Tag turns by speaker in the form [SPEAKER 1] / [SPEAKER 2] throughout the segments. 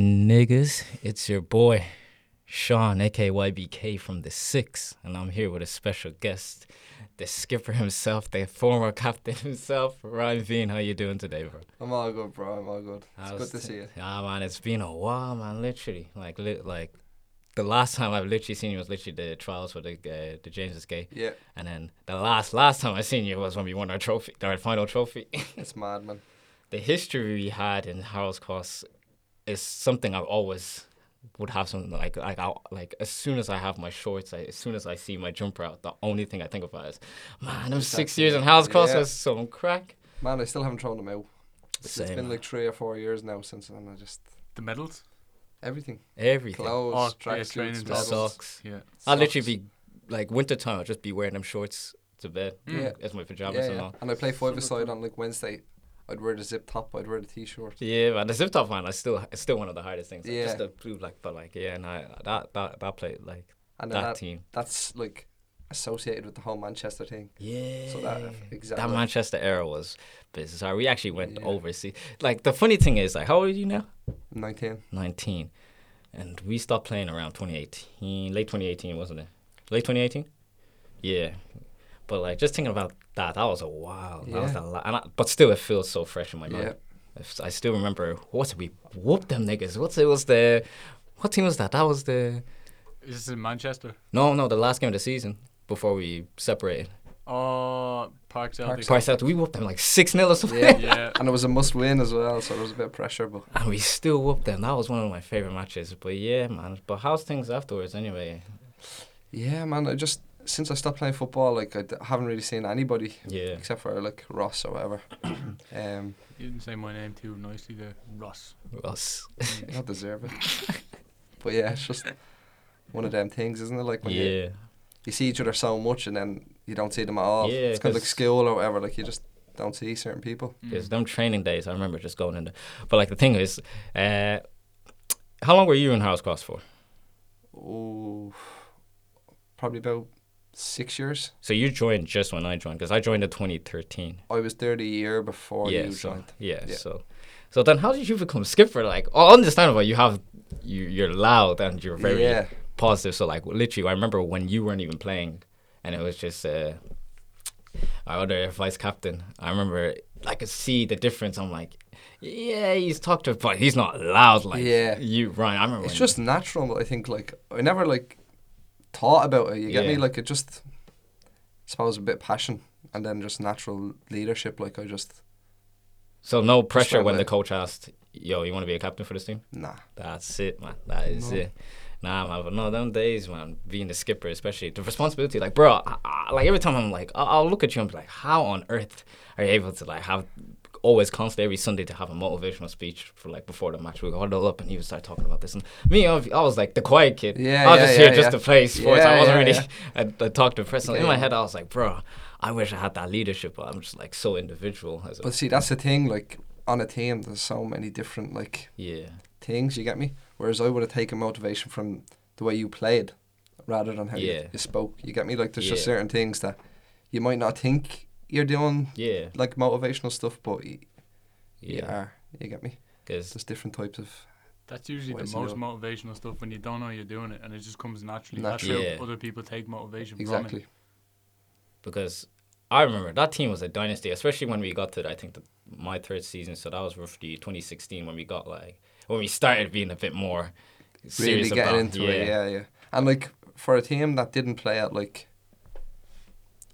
[SPEAKER 1] niggas. It's your boy, Sean, aka YBK from the Six, and I'm here with a special guest, the skipper himself, the former captain himself, Ryan Veen. How you doing today, bro?
[SPEAKER 2] I'm all good, bro. I'm all good. It's good to see you.
[SPEAKER 1] Ah, man, it's been a while, man. Literally, like, li- like the last time I've literally seen you was literally the trials for the uh, the James's Gay,
[SPEAKER 2] Yeah,
[SPEAKER 1] and then the last last time I seen you was when we won our trophy, our final trophy.
[SPEAKER 2] it's mad, man.
[SPEAKER 1] the history we had in Harold's Cross is something I always would have something like like I like as soon as I have my shorts, I, as soon as I see my jumper out, the only thing I think about is, man, I'm six
[SPEAKER 2] Exactly.
[SPEAKER 1] years in Harold's Cross
[SPEAKER 2] Yeah.
[SPEAKER 1] was some crack.
[SPEAKER 2] Man, I still haven't thrown them out. It's- it's
[SPEAKER 1] Same,
[SPEAKER 2] been
[SPEAKER 1] man.
[SPEAKER 2] like three or four years now since then. I just
[SPEAKER 3] The medals?
[SPEAKER 2] everything
[SPEAKER 1] Everything,
[SPEAKER 3] Oh,
[SPEAKER 2] clothes,
[SPEAKER 3] yeah, training
[SPEAKER 1] the
[SPEAKER 2] tracksuits,
[SPEAKER 3] medals.
[SPEAKER 2] medals.
[SPEAKER 1] socks.
[SPEAKER 3] Yeah.
[SPEAKER 1] I'll literally be like wintertime. I'll just be wearing them shorts to bed.
[SPEAKER 2] Mm. Yeah.
[SPEAKER 1] as my
[SPEAKER 2] Yeah,
[SPEAKER 1] pajamas and
[SPEAKER 2] yeah.
[SPEAKER 1] all.
[SPEAKER 2] And I play five
[SPEAKER 3] Super
[SPEAKER 2] aside
[SPEAKER 3] cool.
[SPEAKER 2] on like Wednesday. I'd wear the zip top. I'd wear the t-shirt.
[SPEAKER 1] Yeah, man, the zip top one, I still, it's still one of the hardest things. Like, just
[SPEAKER 2] Yeah.
[SPEAKER 1] the blue, like, but like, yeah, no, that that that play like
[SPEAKER 2] And then
[SPEAKER 1] that,
[SPEAKER 2] that,
[SPEAKER 1] team.
[SPEAKER 2] that's like associated with the whole Manchester thing.
[SPEAKER 1] Yeah.
[SPEAKER 2] So that exactly.
[SPEAKER 1] That Manchester era was bizarre. We actually went
[SPEAKER 2] Yeah.
[SPEAKER 1] overseas. Like the funny thing is, like, how old are you now?
[SPEAKER 2] Nineteen.
[SPEAKER 1] Nineteen, and we stopped playing around 2018, late 2018, wasn't it? Late 2018. Yeah, but like just thinking about that, that was a while. That was
[SPEAKER 2] Yeah.
[SPEAKER 1] a lot. And I, but still, it feels so fresh in my mind.
[SPEAKER 2] Yeah.
[SPEAKER 1] If- I still remember what did we whoop them niggas. What it was the, what team was that? That was the
[SPEAKER 3] Is this in Manchester?
[SPEAKER 1] no no the last game of the season before we separated.
[SPEAKER 3] Oh, Park Celtic.
[SPEAKER 1] Price out we whooped them like six 0 or something.
[SPEAKER 2] Yeah.
[SPEAKER 3] Yeah.
[SPEAKER 2] And it was a must win as well, so there was a bit of pressure. But
[SPEAKER 1] And we still whooped them. That was one of my favorite matches. But yeah, man. But how's things afterwards anyway?
[SPEAKER 2] yeah, man, I just since I stopped playing football, like I d- haven't really seen anybody
[SPEAKER 1] Yeah.
[SPEAKER 2] except for like Ross or whatever. um,
[SPEAKER 3] You didn't say my name too nicely there. Ross.
[SPEAKER 1] Us.
[SPEAKER 2] you don't deserve it. but yeah, it's just one of them things, isn't it? Like when you,
[SPEAKER 1] Yeah.
[SPEAKER 2] you see each other so much and then you don't see them at all.
[SPEAKER 1] Yeah,
[SPEAKER 2] it's kind of like
[SPEAKER 1] 'cause-
[SPEAKER 2] school or whatever. Like you just don't see certain people.
[SPEAKER 1] Because them training days, I remember just going in there. But like the thing is, uh, how long were you in House Cross for?
[SPEAKER 2] Oh, probably about six years.
[SPEAKER 1] So you joined just when I joined, because I joined in 2013.
[SPEAKER 2] I was there the year before
[SPEAKER 1] yeah,
[SPEAKER 2] you
[SPEAKER 1] so,
[SPEAKER 2] joined.
[SPEAKER 1] Yeah,
[SPEAKER 2] Yeah.
[SPEAKER 1] So, so then how did you become skipper? Like, oh, understandable. You have, you, you're loud and you're very
[SPEAKER 2] Yeah.
[SPEAKER 1] positive. So like, literally, I remember when you weren't even playing, and it was just uh, our other vice captain. I remember I could see the difference. I'm like, yeah, he's talked to, but he's not loud like
[SPEAKER 2] Yeah.
[SPEAKER 1] you, Ryan. I remember.
[SPEAKER 2] It's
[SPEAKER 1] when-
[SPEAKER 2] just natural. I think like I never like thought about it. You get me?
[SPEAKER 1] Yeah.
[SPEAKER 2] Like it just suppose a bit of passion and then just natural leadership. Like I just
[SPEAKER 1] so no pressure
[SPEAKER 2] right
[SPEAKER 1] when the
[SPEAKER 2] away.
[SPEAKER 1] coach asked, "Yo, you want to be a captain for this team?"
[SPEAKER 2] nah.
[SPEAKER 1] That's it, man. That is
[SPEAKER 2] No.
[SPEAKER 1] it. Nah, man, but no, them days, man, being the skipper, especially the responsibility, like, bro, I, I, like every time I'm like, I'll, I'll look at you and be like, how on earth are you able to like have always constantly every Sunday to have a motivational speech for like before the match? We got all up and he would start talking about this, and me, I, I was like the quiet kid.
[SPEAKER 2] Yeah,
[SPEAKER 1] I was
[SPEAKER 2] yeah,
[SPEAKER 1] just
[SPEAKER 2] yeah,
[SPEAKER 1] here just
[SPEAKER 2] yeah.
[SPEAKER 1] to play sports.
[SPEAKER 2] Yeah,
[SPEAKER 1] I wasn't
[SPEAKER 2] yeah,
[SPEAKER 1] really.
[SPEAKER 2] yeah.
[SPEAKER 1] I, I talked to person. In
[SPEAKER 2] Yeah.
[SPEAKER 1] my head, I was like, bro, I wish I had that leadership, but I'm just like so individual. As a,
[SPEAKER 2] But see, that's the thing. Like on a team, there's so many different like
[SPEAKER 1] yeah,
[SPEAKER 2] things. You get me? Whereas I would have taken motivation from the way you played, rather than how
[SPEAKER 1] Yeah.
[SPEAKER 2] you, you spoke. You get me? Like there's just
[SPEAKER 1] Yeah.
[SPEAKER 2] certain things that you might not think you're doing,
[SPEAKER 1] yeah,
[SPEAKER 2] like motivational stuff, but y- you
[SPEAKER 1] yeah.
[SPEAKER 2] are. You get me?
[SPEAKER 1] Because
[SPEAKER 2] There's different types of.
[SPEAKER 3] That's usually
[SPEAKER 2] Where's
[SPEAKER 3] the
[SPEAKER 2] the
[SPEAKER 3] most
[SPEAKER 2] other-
[SPEAKER 3] motivational stuff when you don't know you're doing it and it just comes naturally.
[SPEAKER 2] Natural.
[SPEAKER 3] That's
[SPEAKER 1] Yeah.
[SPEAKER 3] how other people take motivation from it.
[SPEAKER 2] Exactly.
[SPEAKER 1] because I remember that team was a dynasty, especially when we got to I think the, my third season. So that was roughly 2016 when we got like when we started being a bit more
[SPEAKER 2] Really
[SPEAKER 1] serious
[SPEAKER 2] getting
[SPEAKER 1] about
[SPEAKER 2] into it. Yeah, yeah. And like for a team that didn't play at like.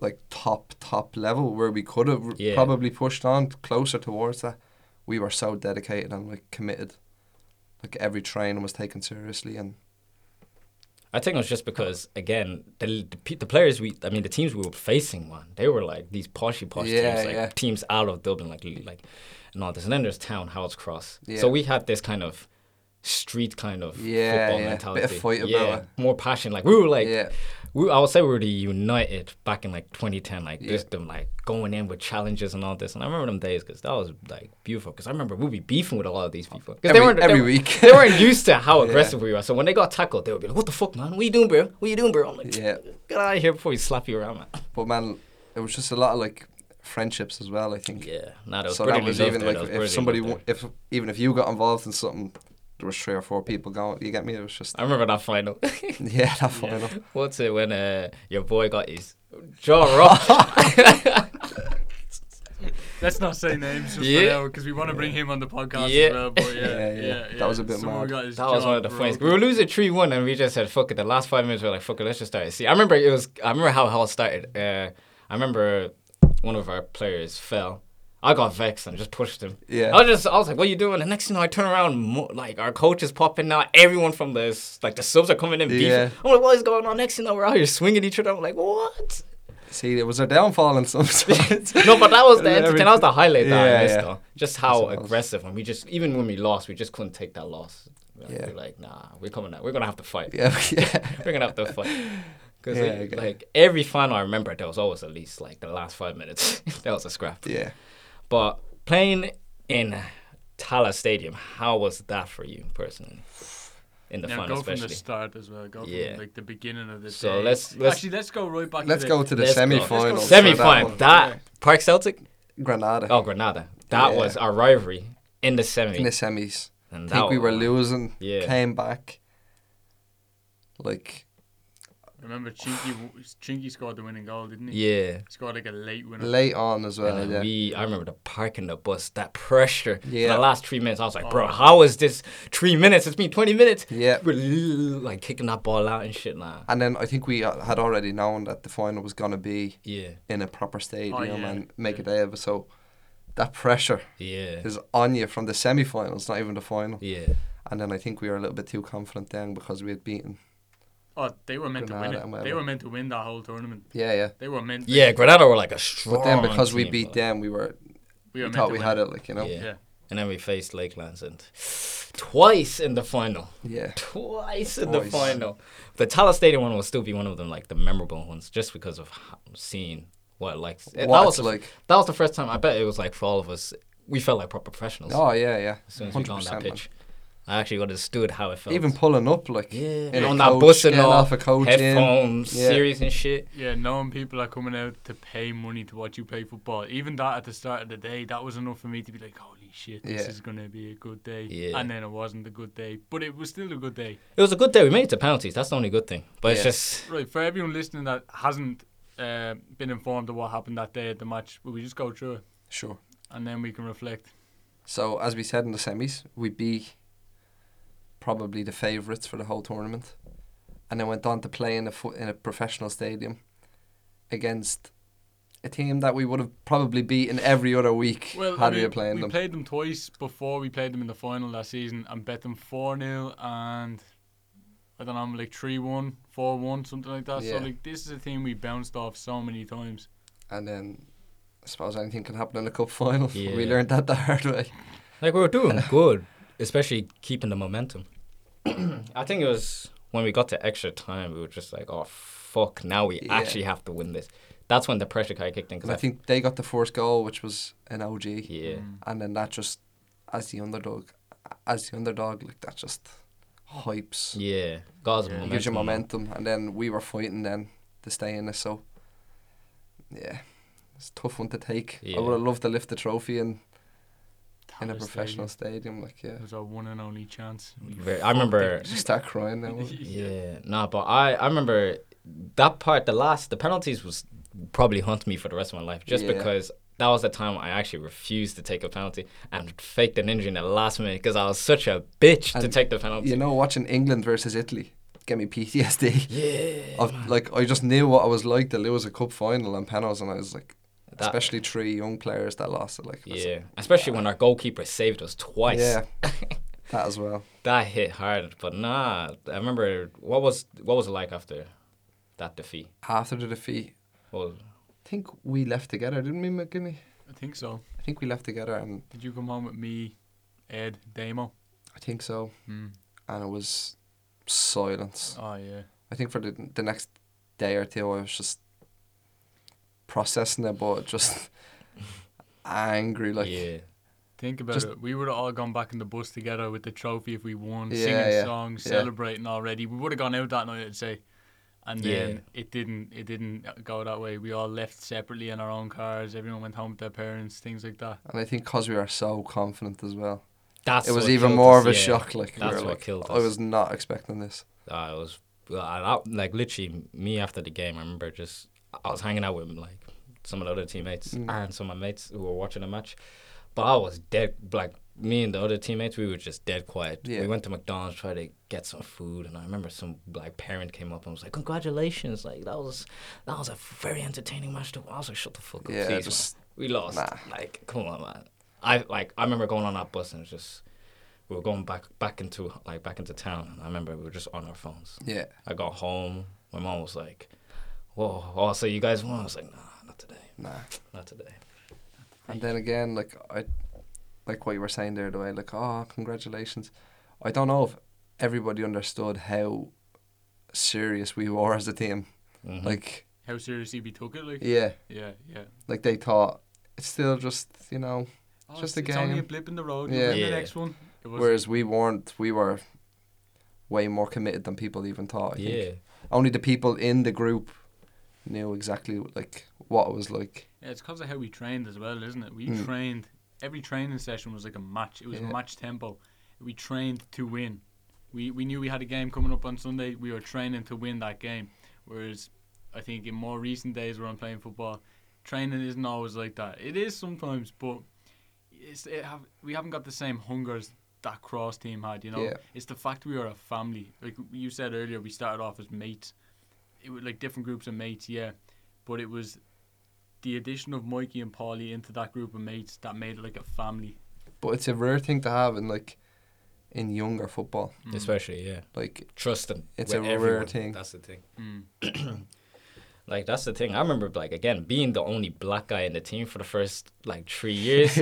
[SPEAKER 2] Like top top level where we could have
[SPEAKER 1] Yeah.
[SPEAKER 2] probably pushed on closer towards that, we were so dedicated and like committed. Like every training was taken seriously and
[SPEAKER 1] I think it was just because again the, the pe- the players we I mean the teams we were facing man they were like these poshy posh
[SPEAKER 2] Yeah,
[SPEAKER 1] teams like
[SPEAKER 2] yeah.
[SPEAKER 1] teams out of Dublin like like and all this and then there's Town House Cross
[SPEAKER 2] Yeah.
[SPEAKER 1] so we had this kind of street kind of
[SPEAKER 2] Yeah,
[SPEAKER 1] football
[SPEAKER 2] yeah. Bit of
[SPEAKER 1] mentality
[SPEAKER 2] fight about
[SPEAKER 1] yeah
[SPEAKER 2] it.
[SPEAKER 1] more passion like we were like
[SPEAKER 2] yeah,
[SPEAKER 1] We, I would say we were the United back in like 2010, like
[SPEAKER 2] Yeah.
[SPEAKER 1] just them like going in with challenges and all this. And I remember them days because that was like beautiful. Because I remember we'd be beefing with a lot of these people. 'Cause
[SPEAKER 2] Every-
[SPEAKER 1] weren't-
[SPEAKER 2] every
[SPEAKER 1] were-
[SPEAKER 2] week.
[SPEAKER 1] they weren't used to how aggressive we were. So when they got tackled, they would be like, "What the fuck, man? What you doing, bro? What you doing, bro?" I'm like,
[SPEAKER 2] yeah.
[SPEAKER 1] "Get out of here before we slap you around, man."
[SPEAKER 2] But man, it was just a lot of like friendships as well. I think.
[SPEAKER 1] Yeah, nah, that was
[SPEAKER 2] so
[SPEAKER 1] brilliant.
[SPEAKER 2] that was even like if somebody, w- if even if you got involved in something, there was three or four people going. You get me? It was just
[SPEAKER 1] I remember that final.
[SPEAKER 2] yeah, that final.
[SPEAKER 1] What's it when uh, your boy got his jaw rocked?
[SPEAKER 3] Let's not say names just
[SPEAKER 1] Yeah.
[SPEAKER 3] because we want to bring him on the podcast
[SPEAKER 1] Yeah.
[SPEAKER 3] as well. But yeah,
[SPEAKER 2] Yeah,
[SPEAKER 3] yeah,
[SPEAKER 2] yeah.
[SPEAKER 3] yeah,
[SPEAKER 2] That was a bit
[SPEAKER 3] Someone
[SPEAKER 2] mad.
[SPEAKER 3] got his
[SPEAKER 1] That was one of
[SPEAKER 3] jaw
[SPEAKER 1] the funniest. We
[SPEAKER 3] broken.
[SPEAKER 1] were losing three one, and we just said, "Fuck it." The last five minutes, we were like, "Fuck it, let's just start." See, I remember it was. I remember how it all started. Uh, I remember one of our players fell. I got vexed and just pushed him.
[SPEAKER 2] Yeah.
[SPEAKER 1] I was just, I was like, "What are you doing?" The next thing I turn around, mo- like our coach is popping now. Everyone from the s- like the subs are coming in. Beefing.
[SPEAKER 2] Yeah.
[SPEAKER 1] I'm like, "What is going on?" Next thing I know, we're out here swinging each other. I'm like, "What?"
[SPEAKER 2] See, it was their downfall in some sense.
[SPEAKER 1] No, but that was the
[SPEAKER 2] Yeah,
[SPEAKER 1] entertain-
[SPEAKER 2] everything-
[SPEAKER 1] that was the highlight that
[SPEAKER 2] Yeah,
[SPEAKER 1] I missed
[SPEAKER 2] yeah.
[SPEAKER 1] though. Just how
[SPEAKER 2] suppose.
[SPEAKER 1] aggressive when we just even when we lost, we just couldn't take that loss. Like,
[SPEAKER 2] Yeah.
[SPEAKER 1] We're like, nah, we're coming out. We're gonna have to fight.
[SPEAKER 2] yeah, yeah.
[SPEAKER 1] We're gonna have to fight. Because
[SPEAKER 2] Yeah, I
[SPEAKER 1] like,
[SPEAKER 2] get it.
[SPEAKER 1] like, every final I remember, there was always at least like the last five minutes. there was a scrap.
[SPEAKER 2] Yeah.
[SPEAKER 1] But playing in Tala Stadium, how was that for you personally? In the
[SPEAKER 3] now
[SPEAKER 1] final,
[SPEAKER 3] go from
[SPEAKER 1] especially.
[SPEAKER 3] the start as well. Go
[SPEAKER 1] Yeah.
[SPEAKER 3] from like the beginning of the
[SPEAKER 1] So
[SPEAKER 3] day.
[SPEAKER 1] let's- let's-
[SPEAKER 3] actually let's go right back.
[SPEAKER 2] Let's
[SPEAKER 3] to
[SPEAKER 2] go
[SPEAKER 3] The,
[SPEAKER 2] to the
[SPEAKER 1] Let's go.
[SPEAKER 2] semi
[SPEAKER 1] Let's go
[SPEAKER 2] final.
[SPEAKER 1] Semi final.
[SPEAKER 3] one.
[SPEAKER 1] That
[SPEAKER 3] Yeah.
[SPEAKER 1] Park Celtic.
[SPEAKER 2] Granada.
[SPEAKER 1] Oh, Granada. That
[SPEAKER 2] Yeah.
[SPEAKER 1] was our rivalry in the semi.
[SPEAKER 2] In the semis.
[SPEAKER 1] and
[SPEAKER 2] I
[SPEAKER 1] that
[SPEAKER 2] think we were
[SPEAKER 1] was-
[SPEAKER 2] losing.
[SPEAKER 1] Yeah.
[SPEAKER 2] Came back. Like
[SPEAKER 3] remember Chinky? Chinky scored the winning goal, didn't he?
[SPEAKER 1] Yeah.
[SPEAKER 3] He scored like a late winner.
[SPEAKER 2] late on as well.
[SPEAKER 1] And
[SPEAKER 2] yeah.
[SPEAKER 1] then we, I remember the park and the bus, that pressure.
[SPEAKER 2] Yeah.
[SPEAKER 1] For the last three minutes, I was like, bro,
[SPEAKER 3] Oh.
[SPEAKER 1] how is this three minutes? It's been 20 minutes.
[SPEAKER 2] Yeah.
[SPEAKER 1] We're l- like kicking that ball out and shit. Nah.
[SPEAKER 2] and then I think we uh, had already known that the final was gonna be
[SPEAKER 1] Yeah.
[SPEAKER 2] in a proper stadium
[SPEAKER 1] Oh,
[SPEAKER 3] yeah.
[SPEAKER 2] and make a day of it. So that pressure
[SPEAKER 1] Yeah.
[SPEAKER 2] is on you from the semi-finals, not even the final.
[SPEAKER 1] Yeah.
[SPEAKER 2] And then I think we were a little bit too confident then because we had beaten.
[SPEAKER 3] Oh, they were meant
[SPEAKER 2] Granada
[SPEAKER 3] to
[SPEAKER 2] and
[SPEAKER 3] win it. They
[SPEAKER 2] whatever.
[SPEAKER 3] were meant to win that whole tournament.
[SPEAKER 2] Yeah, yeah.
[SPEAKER 3] They were meant.
[SPEAKER 1] Yeah. Granada were like a strong.
[SPEAKER 2] But then because we
[SPEAKER 1] team,
[SPEAKER 2] beat
[SPEAKER 1] but-
[SPEAKER 2] them, we were
[SPEAKER 3] we
[SPEAKER 2] we,
[SPEAKER 3] were meant
[SPEAKER 2] thought
[SPEAKER 3] to
[SPEAKER 2] we
[SPEAKER 3] win
[SPEAKER 2] had
[SPEAKER 3] it.
[SPEAKER 2] it. Like you know.
[SPEAKER 1] Yeah.
[SPEAKER 3] Yeah.
[SPEAKER 1] And then we faced Lakelands and twice in the final.
[SPEAKER 2] Yeah.
[SPEAKER 1] Twice in the
[SPEAKER 2] Twice.
[SPEAKER 1] final. The Tala Stadium one will still be one of them, like the memorable ones, just because of how, seeing what like that
[SPEAKER 2] What
[SPEAKER 1] was
[SPEAKER 2] it's
[SPEAKER 1] the-
[SPEAKER 2] like.
[SPEAKER 1] That was the first time. I bet it was like for all of us, we felt like proper professionals.
[SPEAKER 2] Oh yeah, yeah.
[SPEAKER 1] as soon as we got on that pitch. I actually understood how it felt.
[SPEAKER 2] Even pulling up like
[SPEAKER 1] yeah,
[SPEAKER 2] in
[SPEAKER 1] and
[SPEAKER 2] a
[SPEAKER 1] on that
[SPEAKER 2] coach,
[SPEAKER 1] bus and
[SPEAKER 2] getting
[SPEAKER 1] all,
[SPEAKER 2] off a coach in.
[SPEAKER 1] headphones,
[SPEAKER 2] Yeah.
[SPEAKER 1] series and shit.
[SPEAKER 3] Yeah, knowing people are coming out to pay money to watch you play football, even that at the start of the day, that was enough for me to be like, holy shit, this
[SPEAKER 2] Yeah.
[SPEAKER 3] is going to be a good day.
[SPEAKER 1] Yeah.
[SPEAKER 3] And then it wasn't a good day, but it was still a good day.
[SPEAKER 1] It was a good day. We made it to penalties. That's the only good thing. But it's
[SPEAKER 2] Yeah.
[SPEAKER 1] just
[SPEAKER 3] Right, for everyone listening that hasn't uh, been informed of what happened that day at the match, will we just go through it
[SPEAKER 2] Sure.
[SPEAKER 3] and then we can reflect?
[SPEAKER 2] So as we said in the semis, we beat probably the favourites for the whole tournament, and then went on to play in a fo- in a professional stadium against a team that we would have probably beaten every other week
[SPEAKER 3] Well,
[SPEAKER 2] had we
[SPEAKER 3] I mean,
[SPEAKER 2] been playing
[SPEAKER 3] we
[SPEAKER 2] them.
[SPEAKER 3] played them twice before we played them in the final last season and bet them 4 0 and I don't know, like 3 1, 4 1, something like that.
[SPEAKER 2] Yeah.
[SPEAKER 3] So, like, this is a team we bounced off so many times.
[SPEAKER 2] and then I suppose anything can happen in a cup final. We
[SPEAKER 1] Yeah.
[SPEAKER 2] learned that the hard way.
[SPEAKER 1] like we were doing good, especially keeping the momentum. I think it was when we got to extra time, we were just like, oh fuck, now we
[SPEAKER 2] Yeah.
[SPEAKER 1] actually have to win this. That's when the pressure kind of kicked in. Cause
[SPEAKER 2] And I think Mm. they got the first goal, which was an OG,
[SPEAKER 1] yeah,
[SPEAKER 3] Mm.
[SPEAKER 2] and then that just as the underdog, as the underdog, like that just hypes.
[SPEAKER 1] yeah, got us
[SPEAKER 3] Yeah.
[SPEAKER 1] momentum.
[SPEAKER 2] gives you momentum, and then we were fighting then to stay in this. So, yeah, it's a tough one to take.
[SPEAKER 1] Yeah.
[SPEAKER 2] I would have loved to lift the trophy in in a
[SPEAKER 3] Tallest
[SPEAKER 2] professional stadium. Like, yeah,
[SPEAKER 3] It was our one and only chance. We
[SPEAKER 1] Very- I
[SPEAKER 3] fucked
[SPEAKER 1] remember
[SPEAKER 3] it.
[SPEAKER 2] just start crying now.
[SPEAKER 1] Yeah, nah, but I, I remember that part, the last, the penalties was probably haunt me for the rest of my life just
[SPEAKER 2] Yeah.
[SPEAKER 1] because that was the time I actually refused to take a penalty and faked an injury in the last minute because I was such a bitch to
[SPEAKER 2] And
[SPEAKER 1] take the penalty.
[SPEAKER 2] You know, watching England versus Italy gave me PTSD.
[SPEAKER 1] yeah.
[SPEAKER 2] Of like, I just knew what I was like to lose a cup final and penalties, and I was like,
[SPEAKER 1] That-
[SPEAKER 2] especially three young players that lost it. Like, I was like,
[SPEAKER 1] Yeah, especially when our goalkeeper saved us twice.
[SPEAKER 2] yeah, that as well.
[SPEAKER 1] That hit hard, but nah. I remember what was what was it like after that defeat?
[SPEAKER 2] After the defeat,
[SPEAKER 1] Well,
[SPEAKER 2] I think we left together, didn't we, McGinney?
[SPEAKER 3] I think so.
[SPEAKER 2] I think we left together, and
[SPEAKER 3] Did you come home with me, Ed, Damo?
[SPEAKER 2] I think so.
[SPEAKER 3] Mm.
[SPEAKER 2] and it was silence.
[SPEAKER 3] Oh, yeah.
[SPEAKER 2] I think for the the next day or two, I was just processing it, but just angry. Like,
[SPEAKER 1] yeah,
[SPEAKER 3] Think about
[SPEAKER 2] Just-
[SPEAKER 3] it. We would have all gone back in the bus together with the trophy if we won,
[SPEAKER 2] Yeah,
[SPEAKER 3] singing
[SPEAKER 2] yeah,
[SPEAKER 3] songs,
[SPEAKER 2] yeah.
[SPEAKER 3] celebrating already. We would have gone out that night, I'd say. And
[SPEAKER 1] Yeah.
[SPEAKER 3] then it didn't. It didn't go that way. We all left separately in our own cars. Everyone went home with their parents, things like that.
[SPEAKER 2] and I think because we were so confident as well,
[SPEAKER 1] That's
[SPEAKER 2] it was
[SPEAKER 1] what
[SPEAKER 2] even
[SPEAKER 1] killed
[SPEAKER 2] more
[SPEAKER 1] us,
[SPEAKER 2] of a
[SPEAKER 1] yeah.
[SPEAKER 2] shock. Like, we
[SPEAKER 1] That's
[SPEAKER 2] were
[SPEAKER 1] what
[SPEAKER 2] like,
[SPEAKER 1] killed
[SPEAKER 2] I
[SPEAKER 1] us.
[SPEAKER 2] was not expecting this.
[SPEAKER 1] I was well, I, I- like literally me after the game. I remember just I was hanging out with like some of the other teammates
[SPEAKER 2] Mm.
[SPEAKER 1] and some of my mates who were watching the match, but I was dead. Like me and the other teammates, we were just dead quiet.
[SPEAKER 2] Yeah.
[SPEAKER 1] We went to McDonald's tried to get some food, and I remember some like parent came up and was like, "Congratulations! Like that was that was a very entertaining match." To I was like, "Shut the fuck up,
[SPEAKER 2] Yeah,
[SPEAKER 1] please."
[SPEAKER 2] just-
[SPEAKER 1] man. We lost.
[SPEAKER 2] Nah.
[SPEAKER 1] Like come on, man. I like I remember going on that bus and it was just. We were going back back into like back into town, and I remember we were just on our phones.
[SPEAKER 2] Yeah,
[SPEAKER 1] I got home. My mom was like, "Whoa, oh, so you guys won?" I was like, "Nah, not today,
[SPEAKER 2] nah.
[SPEAKER 1] not today."
[SPEAKER 2] And then again, like I, like what you were saying there, the way like, oh, congratulations. I don't know if everybody understood how serious we were as a team.
[SPEAKER 1] Mhm.
[SPEAKER 2] Like,
[SPEAKER 3] How seriously we took it, like
[SPEAKER 2] yeah,
[SPEAKER 3] yeah, yeah.
[SPEAKER 2] like they thought it's still just you know.
[SPEAKER 3] Oh,
[SPEAKER 2] Just
[SPEAKER 3] it's,
[SPEAKER 2] a
[SPEAKER 3] It's only a
[SPEAKER 2] game.
[SPEAKER 3] blip in the road. Yeah,
[SPEAKER 2] Yeah.
[SPEAKER 3] win
[SPEAKER 1] Yeah.
[SPEAKER 3] the next one. It was
[SPEAKER 2] Whereas we weren't. We were way more committed than people even thought. I think.
[SPEAKER 1] yeah,
[SPEAKER 2] Only the people in the group knew exactly like what it was like.
[SPEAKER 3] Yeah, it's because of how we trained as well, isn't it? We
[SPEAKER 2] Mm.
[SPEAKER 3] trained every training session was like a match. It was
[SPEAKER 2] Yeah.
[SPEAKER 3] match tempo. We trained to win. We we knew we had a game coming up on Sunday. We were training to win that game. Whereas, I think in more recent days where I'm playing football, training isn't always like that. It is sometimes, but it's it have we haven't got the same hunger as that cross team had. You know,
[SPEAKER 2] Yeah.
[SPEAKER 3] it's the fact we are a family. Like you said earlier, we started off as mates. It was like different groups of mates, yeah, but it was the addition of Mikey and Paulie into that group of mates that made it like a family.
[SPEAKER 2] But it's a rare thing to have in like in younger football.
[SPEAKER 3] Mm.
[SPEAKER 1] especially yeah,
[SPEAKER 2] Like
[SPEAKER 1] trust them.
[SPEAKER 2] It's
[SPEAKER 1] with
[SPEAKER 2] a rare
[SPEAKER 1] everyone.
[SPEAKER 2] thing.
[SPEAKER 1] That's the thing.
[SPEAKER 3] Mm.
[SPEAKER 1] Like that's the thing. I remember like again being the only black guy in the team for the first like three years.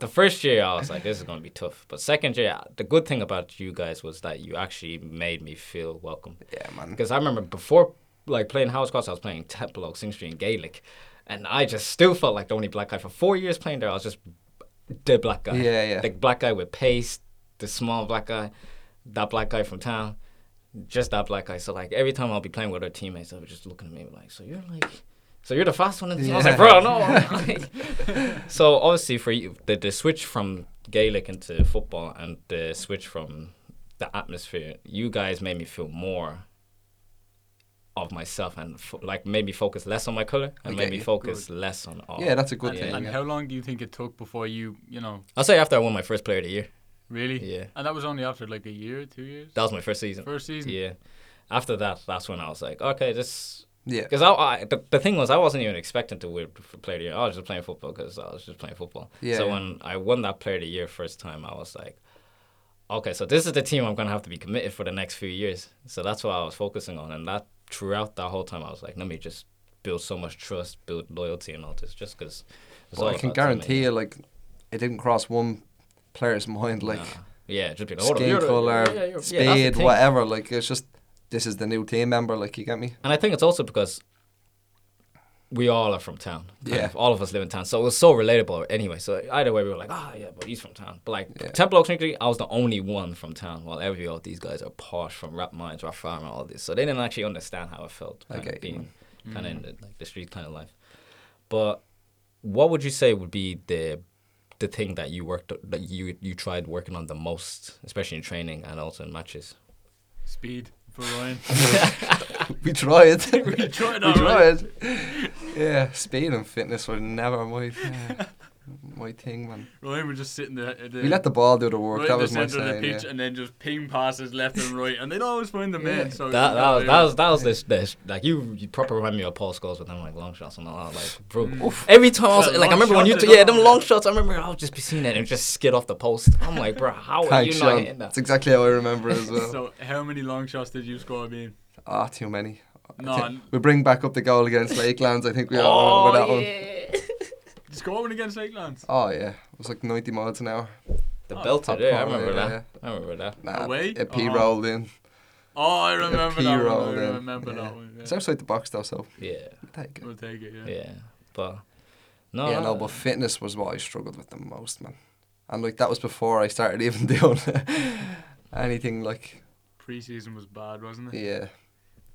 [SPEAKER 1] the first year I was like, this is gonna be tough. But second year, the good thing about you guys was that you actually made me feel welcome.
[SPEAKER 2] yeah, man.
[SPEAKER 1] Because I remember before, like playing house cross, I was playing Teplock, Singstry, and Gaelic, and I just still felt like the only black guy for four years playing there. I was just the black guy.
[SPEAKER 2] Yeah, yeah.
[SPEAKER 1] The black guy with pace, the small black guy, that black guy from town, just that black guy. So like every time I'll be playing with other teammates, they were just looking at me like, so you're like. So you're the fast one, and I was like, bro,
[SPEAKER 2] Yeah.
[SPEAKER 1] no. like- so obviously, for you, the, the switch from Gaelic into football and the switch from the atmosphere, you guys made me feel more of myself and fo- like made me focus less on my color and
[SPEAKER 2] I
[SPEAKER 1] made
[SPEAKER 2] get
[SPEAKER 1] me
[SPEAKER 2] you.
[SPEAKER 1] focus less on all.
[SPEAKER 2] Yeah, that's a good
[SPEAKER 3] and,
[SPEAKER 2] thing.
[SPEAKER 3] and
[SPEAKER 2] yeah.
[SPEAKER 3] how long do you think it took before you, you know,
[SPEAKER 1] I'll say after I won my first player of the year.
[SPEAKER 3] really?
[SPEAKER 1] Yeah.
[SPEAKER 3] And that was only after like a year, two years.
[SPEAKER 1] That was my first season.
[SPEAKER 3] First season.
[SPEAKER 1] Yeah. After that, that's when I was like, okay, this.
[SPEAKER 2] yeah.
[SPEAKER 1] Because I, I the, the thing was, I wasn't even expecting to win for player of the year. I was just playing football because I was just playing football.
[SPEAKER 2] Yeah,
[SPEAKER 1] so
[SPEAKER 2] yeah.
[SPEAKER 1] when I won that player of the year first time, I was like, okay, so this is the team I'm going to have to be committed for the next few years. So that's what I was focusing on. And that throughout that whole time, I was like, let me just build so much trust, build loyalty and all this, just because.
[SPEAKER 2] But I can guarantee you, like, it didn't cross one player's mind, like
[SPEAKER 1] Yeah, just be like, "Oh,
[SPEAKER 2] skin
[SPEAKER 1] you're the-
[SPEAKER 2] color,
[SPEAKER 1] yeah, yeah, you're- yeah, that's the
[SPEAKER 2] speed,
[SPEAKER 1] thing.
[SPEAKER 2] whatever. Like, it's just this is the new team member. Like, you get me?
[SPEAKER 1] And I think it's also because we all are from town. Kind
[SPEAKER 2] Yeah.
[SPEAKER 1] of, all of us live in town. So it was so relatable anyway. So either way, we were like, ah, yeah, but he's from town. But like,
[SPEAKER 2] Yeah.
[SPEAKER 1] Temple Oaks, Sneakery, I was the only one from town, while every all these guys are posh from Rap Mines, Rap Farm, and all this. So they didn't actually understand how it felt.
[SPEAKER 2] I
[SPEAKER 1] kind
[SPEAKER 2] get
[SPEAKER 1] of
[SPEAKER 2] you,
[SPEAKER 1] being kind of in the, like, the street kind of life. But what would you say would be the the thing that you worked that you you tried working on the most, especially in training and also in matches?
[SPEAKER 3] Speed for Ryan.
[SPEAKER 2] We tried. we
[SPEAKER 3] we tried that, right?
[SPEAKER 2] tried. yeah, speed and fitness were never my yeah, my thing, man.
[SPEAKER 3] Ryan was just sitting there. At the,
[SPEAKER 2] We let the ball do the work.
[SPEAKER 3] right
[SPEAKER 2] that
[SPEAKER 3] in
[SPEAKER 2] was
[SPEAKER 3] the
[SPEAKER 2] my
[SPEAKER 3] center of the
[SPEAKER 2] saying.
[SPEAKER 3] pitch,
[SPEAKER 2] yeah.
[SPEAKER 3] and then just ping passes left and right, and they'd always find the man.
[SPEAKER 2] Yeah.
[SPEAKER 3] So
[SPEAKER 1] That,
[SPEAKER 3] you
[SPEAKER 1] that was
[SPEAKER 3] know, it
[SPEAKER 1] that was that was this, this like you you proper remind me of Paul Scholes with them like long shots and all that like bro every time I was
[SPEAKER 3] Yeah,
[SPEAKER 1] like I
[SPEAKER 3] Mm. long
[SPEAKER 1] remember when you
[SPEAKER 3] shots
[SPEAKER 1] t-
[SPEAKER 3] and
[SPEAKER 1] yeah
[SPEAKER 3] all
[SPEAKER 1] them
[SPEAKER 3] that.
[SPEAKER 1] long shots I remember I would just be seeing that and just skid off the post I'm like bro how are you
[SPEAKER 2] Thanks,
[SPEAKER 1] not
[SPEAKER 2] Sean.
[SPEAKER 1] hitting that
[SPEAKER 2] That's exactly how I remember as well.
[SPEAKER 3] So how many long shots did you score, Bean?
[SPEAKER 2] Ah, too many. I
[SPEAKER 3] No,
[SPEAKER 2] think-
[SPEAKER 3] and-
[SPEAKER 2] we bring back up the goal against Lakelands. I think we all
[SPEAKER 1] oh
[SPEAKER 2] remember that one.
[SPEAKER 1] yeah
[SPEAKER 3] Did you score one against Lakelands?
[SPEAKER 2] Oh yeah, it was like 90 miles an hour.
[SPEAKER 1] the
[SPEAKER 3] Oh,
[SPEAKER 1] belter
[SPEAKER 2] top
[SPEAKER 1] yeah I
[SPEAKER 2] corner,
[SPEAKER 1] remember
[SPEAKER 2] yeah,
[SPEAKER 1] that I remember that
[SPEAKER 2] Nah,
[SPEAKER 3] Away?
[SPEAKER 2] it p
[SPEAKER 3] Oh.
[SPEAKER 2] rolled in.
[SPEAKER 3] Oh, I
[SPEAKER 2] It
[SPEAKER 3] remember that
[SPEAKER 2] P-rolled
[SPEAKER 3] one. I
[SPEAKER 2] in,
[SPEAKER 3] remember
[SPEAKER 2] yeah.
[SPEAKER 3] that one.
[SPEAKER 2] It's
[SPEAKER 3] Yeah.
[SPEAKER 2] outside the box though, so
[SPEAKER 1] yeah
[SPEAKER 2] we take it.
[SPEAKER 3] We'll take it. Yeah.
[SPEAKER 1] yeah but no
[SPEAKER 2] yeah, no, but fitness was what I struggled with the most, man. And like that was before I started even doing anything like
[SPEAKER 3] Preseason was bad, wasn't it?
[SPEAKER 2] yeah,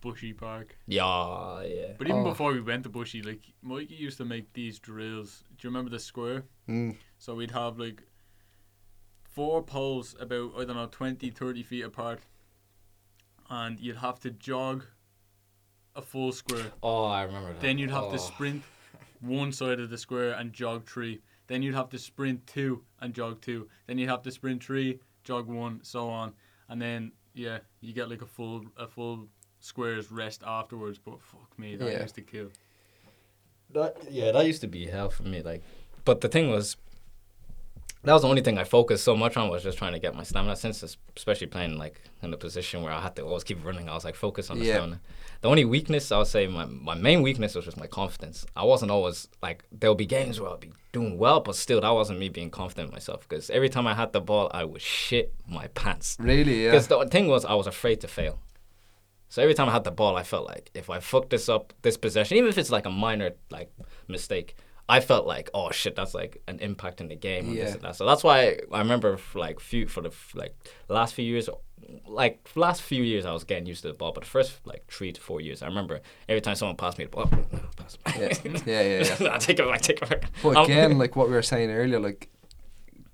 [SPEAKER 3] Bushy Park.
[SPEAKER 1] yeah yeah
[SPEAKER 3] But even
[SPEAKER 2] Oh.
[SPEAKER 3] before we went to Bushy, like Mikey used to make these drills. Do you remember the square?
[SPEAKER 2] mm,
[SPEAKER 3] So we'd have like four poles about, I don't know, 20, 30 feet apart. And you'd have to jog a full square.
[SPEAKER 1] Oh, I remember that.
[SPEAKER 3] Then you'd have
[SPEAKER 1] oh.
[SPEAKER 3] to sprint one side of the square and jog three. Then you'd have to sprint two and jog two. Then you'd have to sprint three, jog one, so on. And then yeah, you get like a full a full square's rest afterwards. But fuck me, that
[SPEAKER 2] Yeah.
[SPEAKER 3] used to kill.
[SPEAKER 1] That yeah, that used to be hell for me. Like, but the thing was, that was the only thing I focused so much on was just trying to get my stamina. Since es- especially playing like in a position where I had to always keep running, I was like focused on the
[SPEAKER 2] Yeah.
[SPEAKER 1] stamina. The only weakness I would say my my main weakness was just my confidence. I wasn't always like there'll be games where I'll be doing well, but still that wasn't me being confident in myself because every time I had the ball, I would shit my pants.
[SPEAKER 2] Really, yeah.
[SPEAKER 1] Because the thing was, I was afraid to fail. So every time I had the ball, I felt like if I fuck this up, this possession, even if it's like a minor like mistake, I felt like oh shit, that's like an impact in the game. And
[SPEAKER 2] Yeah.
[SPEAKER 1] this and that. So that's why I remember f- like few for the f- like last few years, like last few years I was getting used to the ball, but the first like three to four years, I remember every time someone passed me the ball, oh, pass me.
[SPEAKER 2] Yeah, yeah, yeah. yeah.
[SPEAKER 1] I take it back, take it back.
[SPEAKER 2] But
[SPEAKER 1] I'm-
[SPEAKER 2] again, like what we were saying earlier, like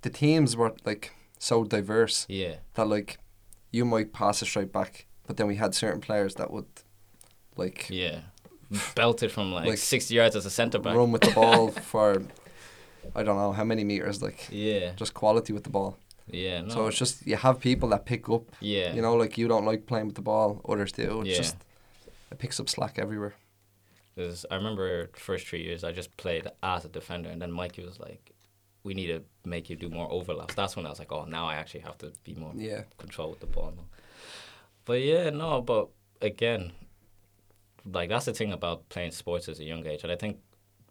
[SPEAKER 2] the teams were like so diverse
[SPEAKER 1] yeah,
[SPEAKER 2] that like you might pass it straight back, but then we had certain players that would like
[SPEAKER 1] yeah, belted from like,
[SPEAKER 2] Like,
[SPEAKER 1] sixty yards as a centre back.
[SPEAKER 2] run with the ball for I don't know how many meters, like
[SPEAKER 1] Yeah,
[SPEAKER 2] just quality with the ball.
[SPEAKER 1] yeah. No.
[SPEAKER 2] So it's just you have people that pick up.
[SPEAKER 1] yeah.
[SPEAKER 2] You know, like you don't like playing with the ball, others do. It's
[SPEAKER 1] Yeah.
[SPEAKER 2] just it picks up slack everywhere.
[SPEAKER 1] 'Cause I remember the first three years I just played as a defender, and then Mikey was like, "We need to make you do more overlaps." That's when I was like, "Oh, now I actually have to be more
[SPEAKER 2] Yeah.
[SPEAKER 1] control with the ball." now." But yeah, no. But again, like that's the thing about playing sports as a young age, and I think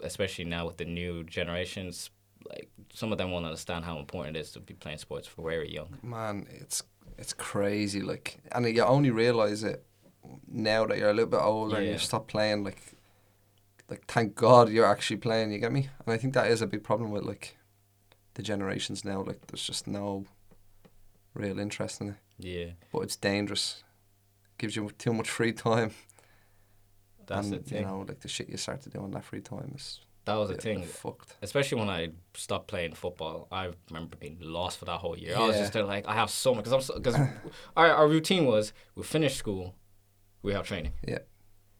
[SPEAKER 1] especially now with the new generations, like some of them won't understand how important it is to be playing sports for very young.
[SPEAKER 2] Man, it's it's crazy. Like, and you only realize it now that you're a little bit older and you
[SPEAKER 1] Yeah.
[SPEAKER 2] stop playing. Like, like thank God you're actually playing. You get me? And I think that is a big problem with like the generations now. Like, there's just no real interest in it.
[SPEAKER 1] Yeah,
[SPEAKER 2] But it's dangerous. Gives you too much free time,
[SPEAKER 1] that's
[SPEAKER 2] and
[SPEAKER 1] the thing.
[SPEAKER 2] you know, like the shit you start to do in that free time is
[SPEAKER 1] that was
[SPEAKER 2] a
[SPEAKER 1] the
[SPEAKER 2] bit
[SPEAKER 1] thing.
[SPEAKER 2] fucked.
[SPEAKER 1] especially when I stopped playing football, I remember being lost for that whole year. I was
[SPEAKER 2] Yeah.
[SPEAKER 1] just there like, I have so much because I'm because our our routine was we finish school, we have training,
[SPEAKER 2] Yeah,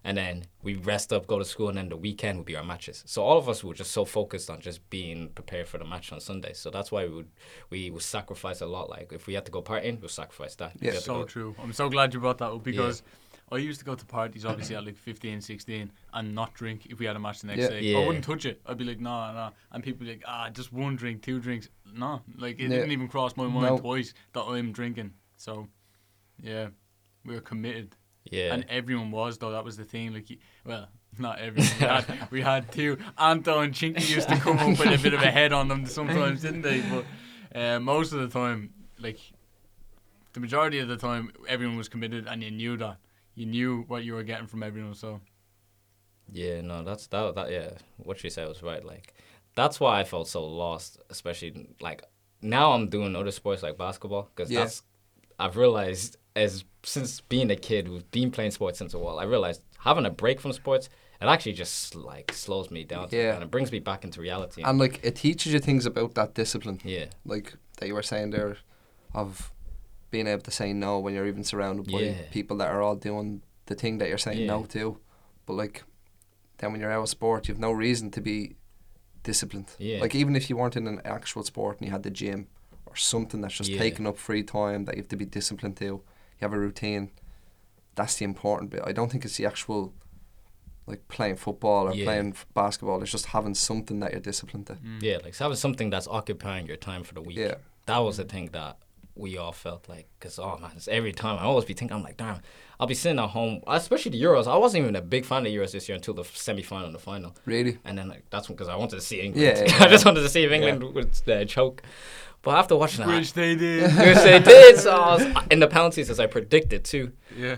[SPEAKER 1] and then we rest up, go to school, and then the weekend would be our matches. So all of us were just so focused on just being prepared for the match on Sunday. So that's why we would we would sacrifice a lot. Like if we had to go partying, we'd sacrifice that. If we
[SPEAKER 2] Yeah.
[SPEAKER 1] had to
[SPEAKER 3] So
[SPEAKER 1] go-
[SPEAKER 3] true. I'm so glad you brought that up because I used to go to parties obviously at like 15, 16 and not drink if we had a match the next
[SPEAKER 2] Yeah.
[SPEAKER 3] day.
[SPEAKER 1] Yeah.
[SPEAKER 3] I wouldn't touch it. I'd be like, nah, nah. And people be like, ah, just one drink, two drinks. No, like it
[SPEAKER 2] Yeah.
[SPEAKER 3] didn't even cross my mind
[SPEAKER 2] No.
[SPEAKER 3] twice that I'm drinking. So, yeah, we were committed.
[SPEAKER 1] yeah.
[SPEAKER 3] And everyone was though. That was the thing. Like, you- well, not everyone. We had, we had two. Anto and Chinky used to come up with a bit of a head on them sometimes, didn't they? But uh, most of the time, like the majority of the time, everyone was committed, and you knew that. You knew what you were getting from everyone. So
[SPEAKER 1] Yeah, no, that's that. That yeah, what she said was right. Like, that's why I felt so lost, especially like now I'm doing other sports like basketball because
[SPEAKER 2] Yeah.
[SPEAKER 1] that's I've realized as since being a kid, we've been playing sports since a while. I realized having a break from sports it actually just like slows me down, to-
[SPEAKER 2] Yeah.
[SPEAKER 1] and it brings me back into reality.
[SPEAKER 2] and like it teaches you things about that discipline.
[SPEAKER 1] yeah,
[SPEAKER 2] like that you were saying there of being able to say no when you're even surrounded by
[SPEAKER 1] Yeah.
[SPEAKER 2] people that are all doing the thing that you're saying
[SPEAKER 1] Yeah.
[SPEAKER 2] no to. But like then when you're out of sport you've no reason to be disciplined.
[SPEAKER 1] Yeah.
[SPEAKER 2] Like even if you weren't in an actual sport and you had the gym or something that's just
[SPEAKER 1] Yeah.
[SPEAKER 2] taking up free time that you have to be disciplined to, you have a routine. That's the important bit. I don't think it's the actual like playing football or
[SPEAKER 1] Yeah. Mm.
[SPEAKER 2] playing f- basketball. It's just having something that you're disciplined to.
[SPEAKER 1] yeah, like so having something that's occupying your time for the week.
[SPEAKER 2] Yeah.
[SPEAKER 1] that was the thing that we all felt like because oh man it's every time i always be thinking i'm like damn i'll be sitting at home especially the euros i wasn't even a big fan of the euros this year until the semi-final and the final
[SPEAKER 2] Really?
[SPEAKER 1] and then like, that's because i wanted to see england
[SPEAKER 2] Yeah, yeah,
[SPEAKER 1] i
[SPEAKER 2] yeah.
[SPEAKER 1] just wanted to see if england would uh, choke but after watching that
[SPEAKER 3] which they did.
[SPEAKER 1] you say it did so I was in the penalties as i predicted too
[SPEAKER 3] yeah.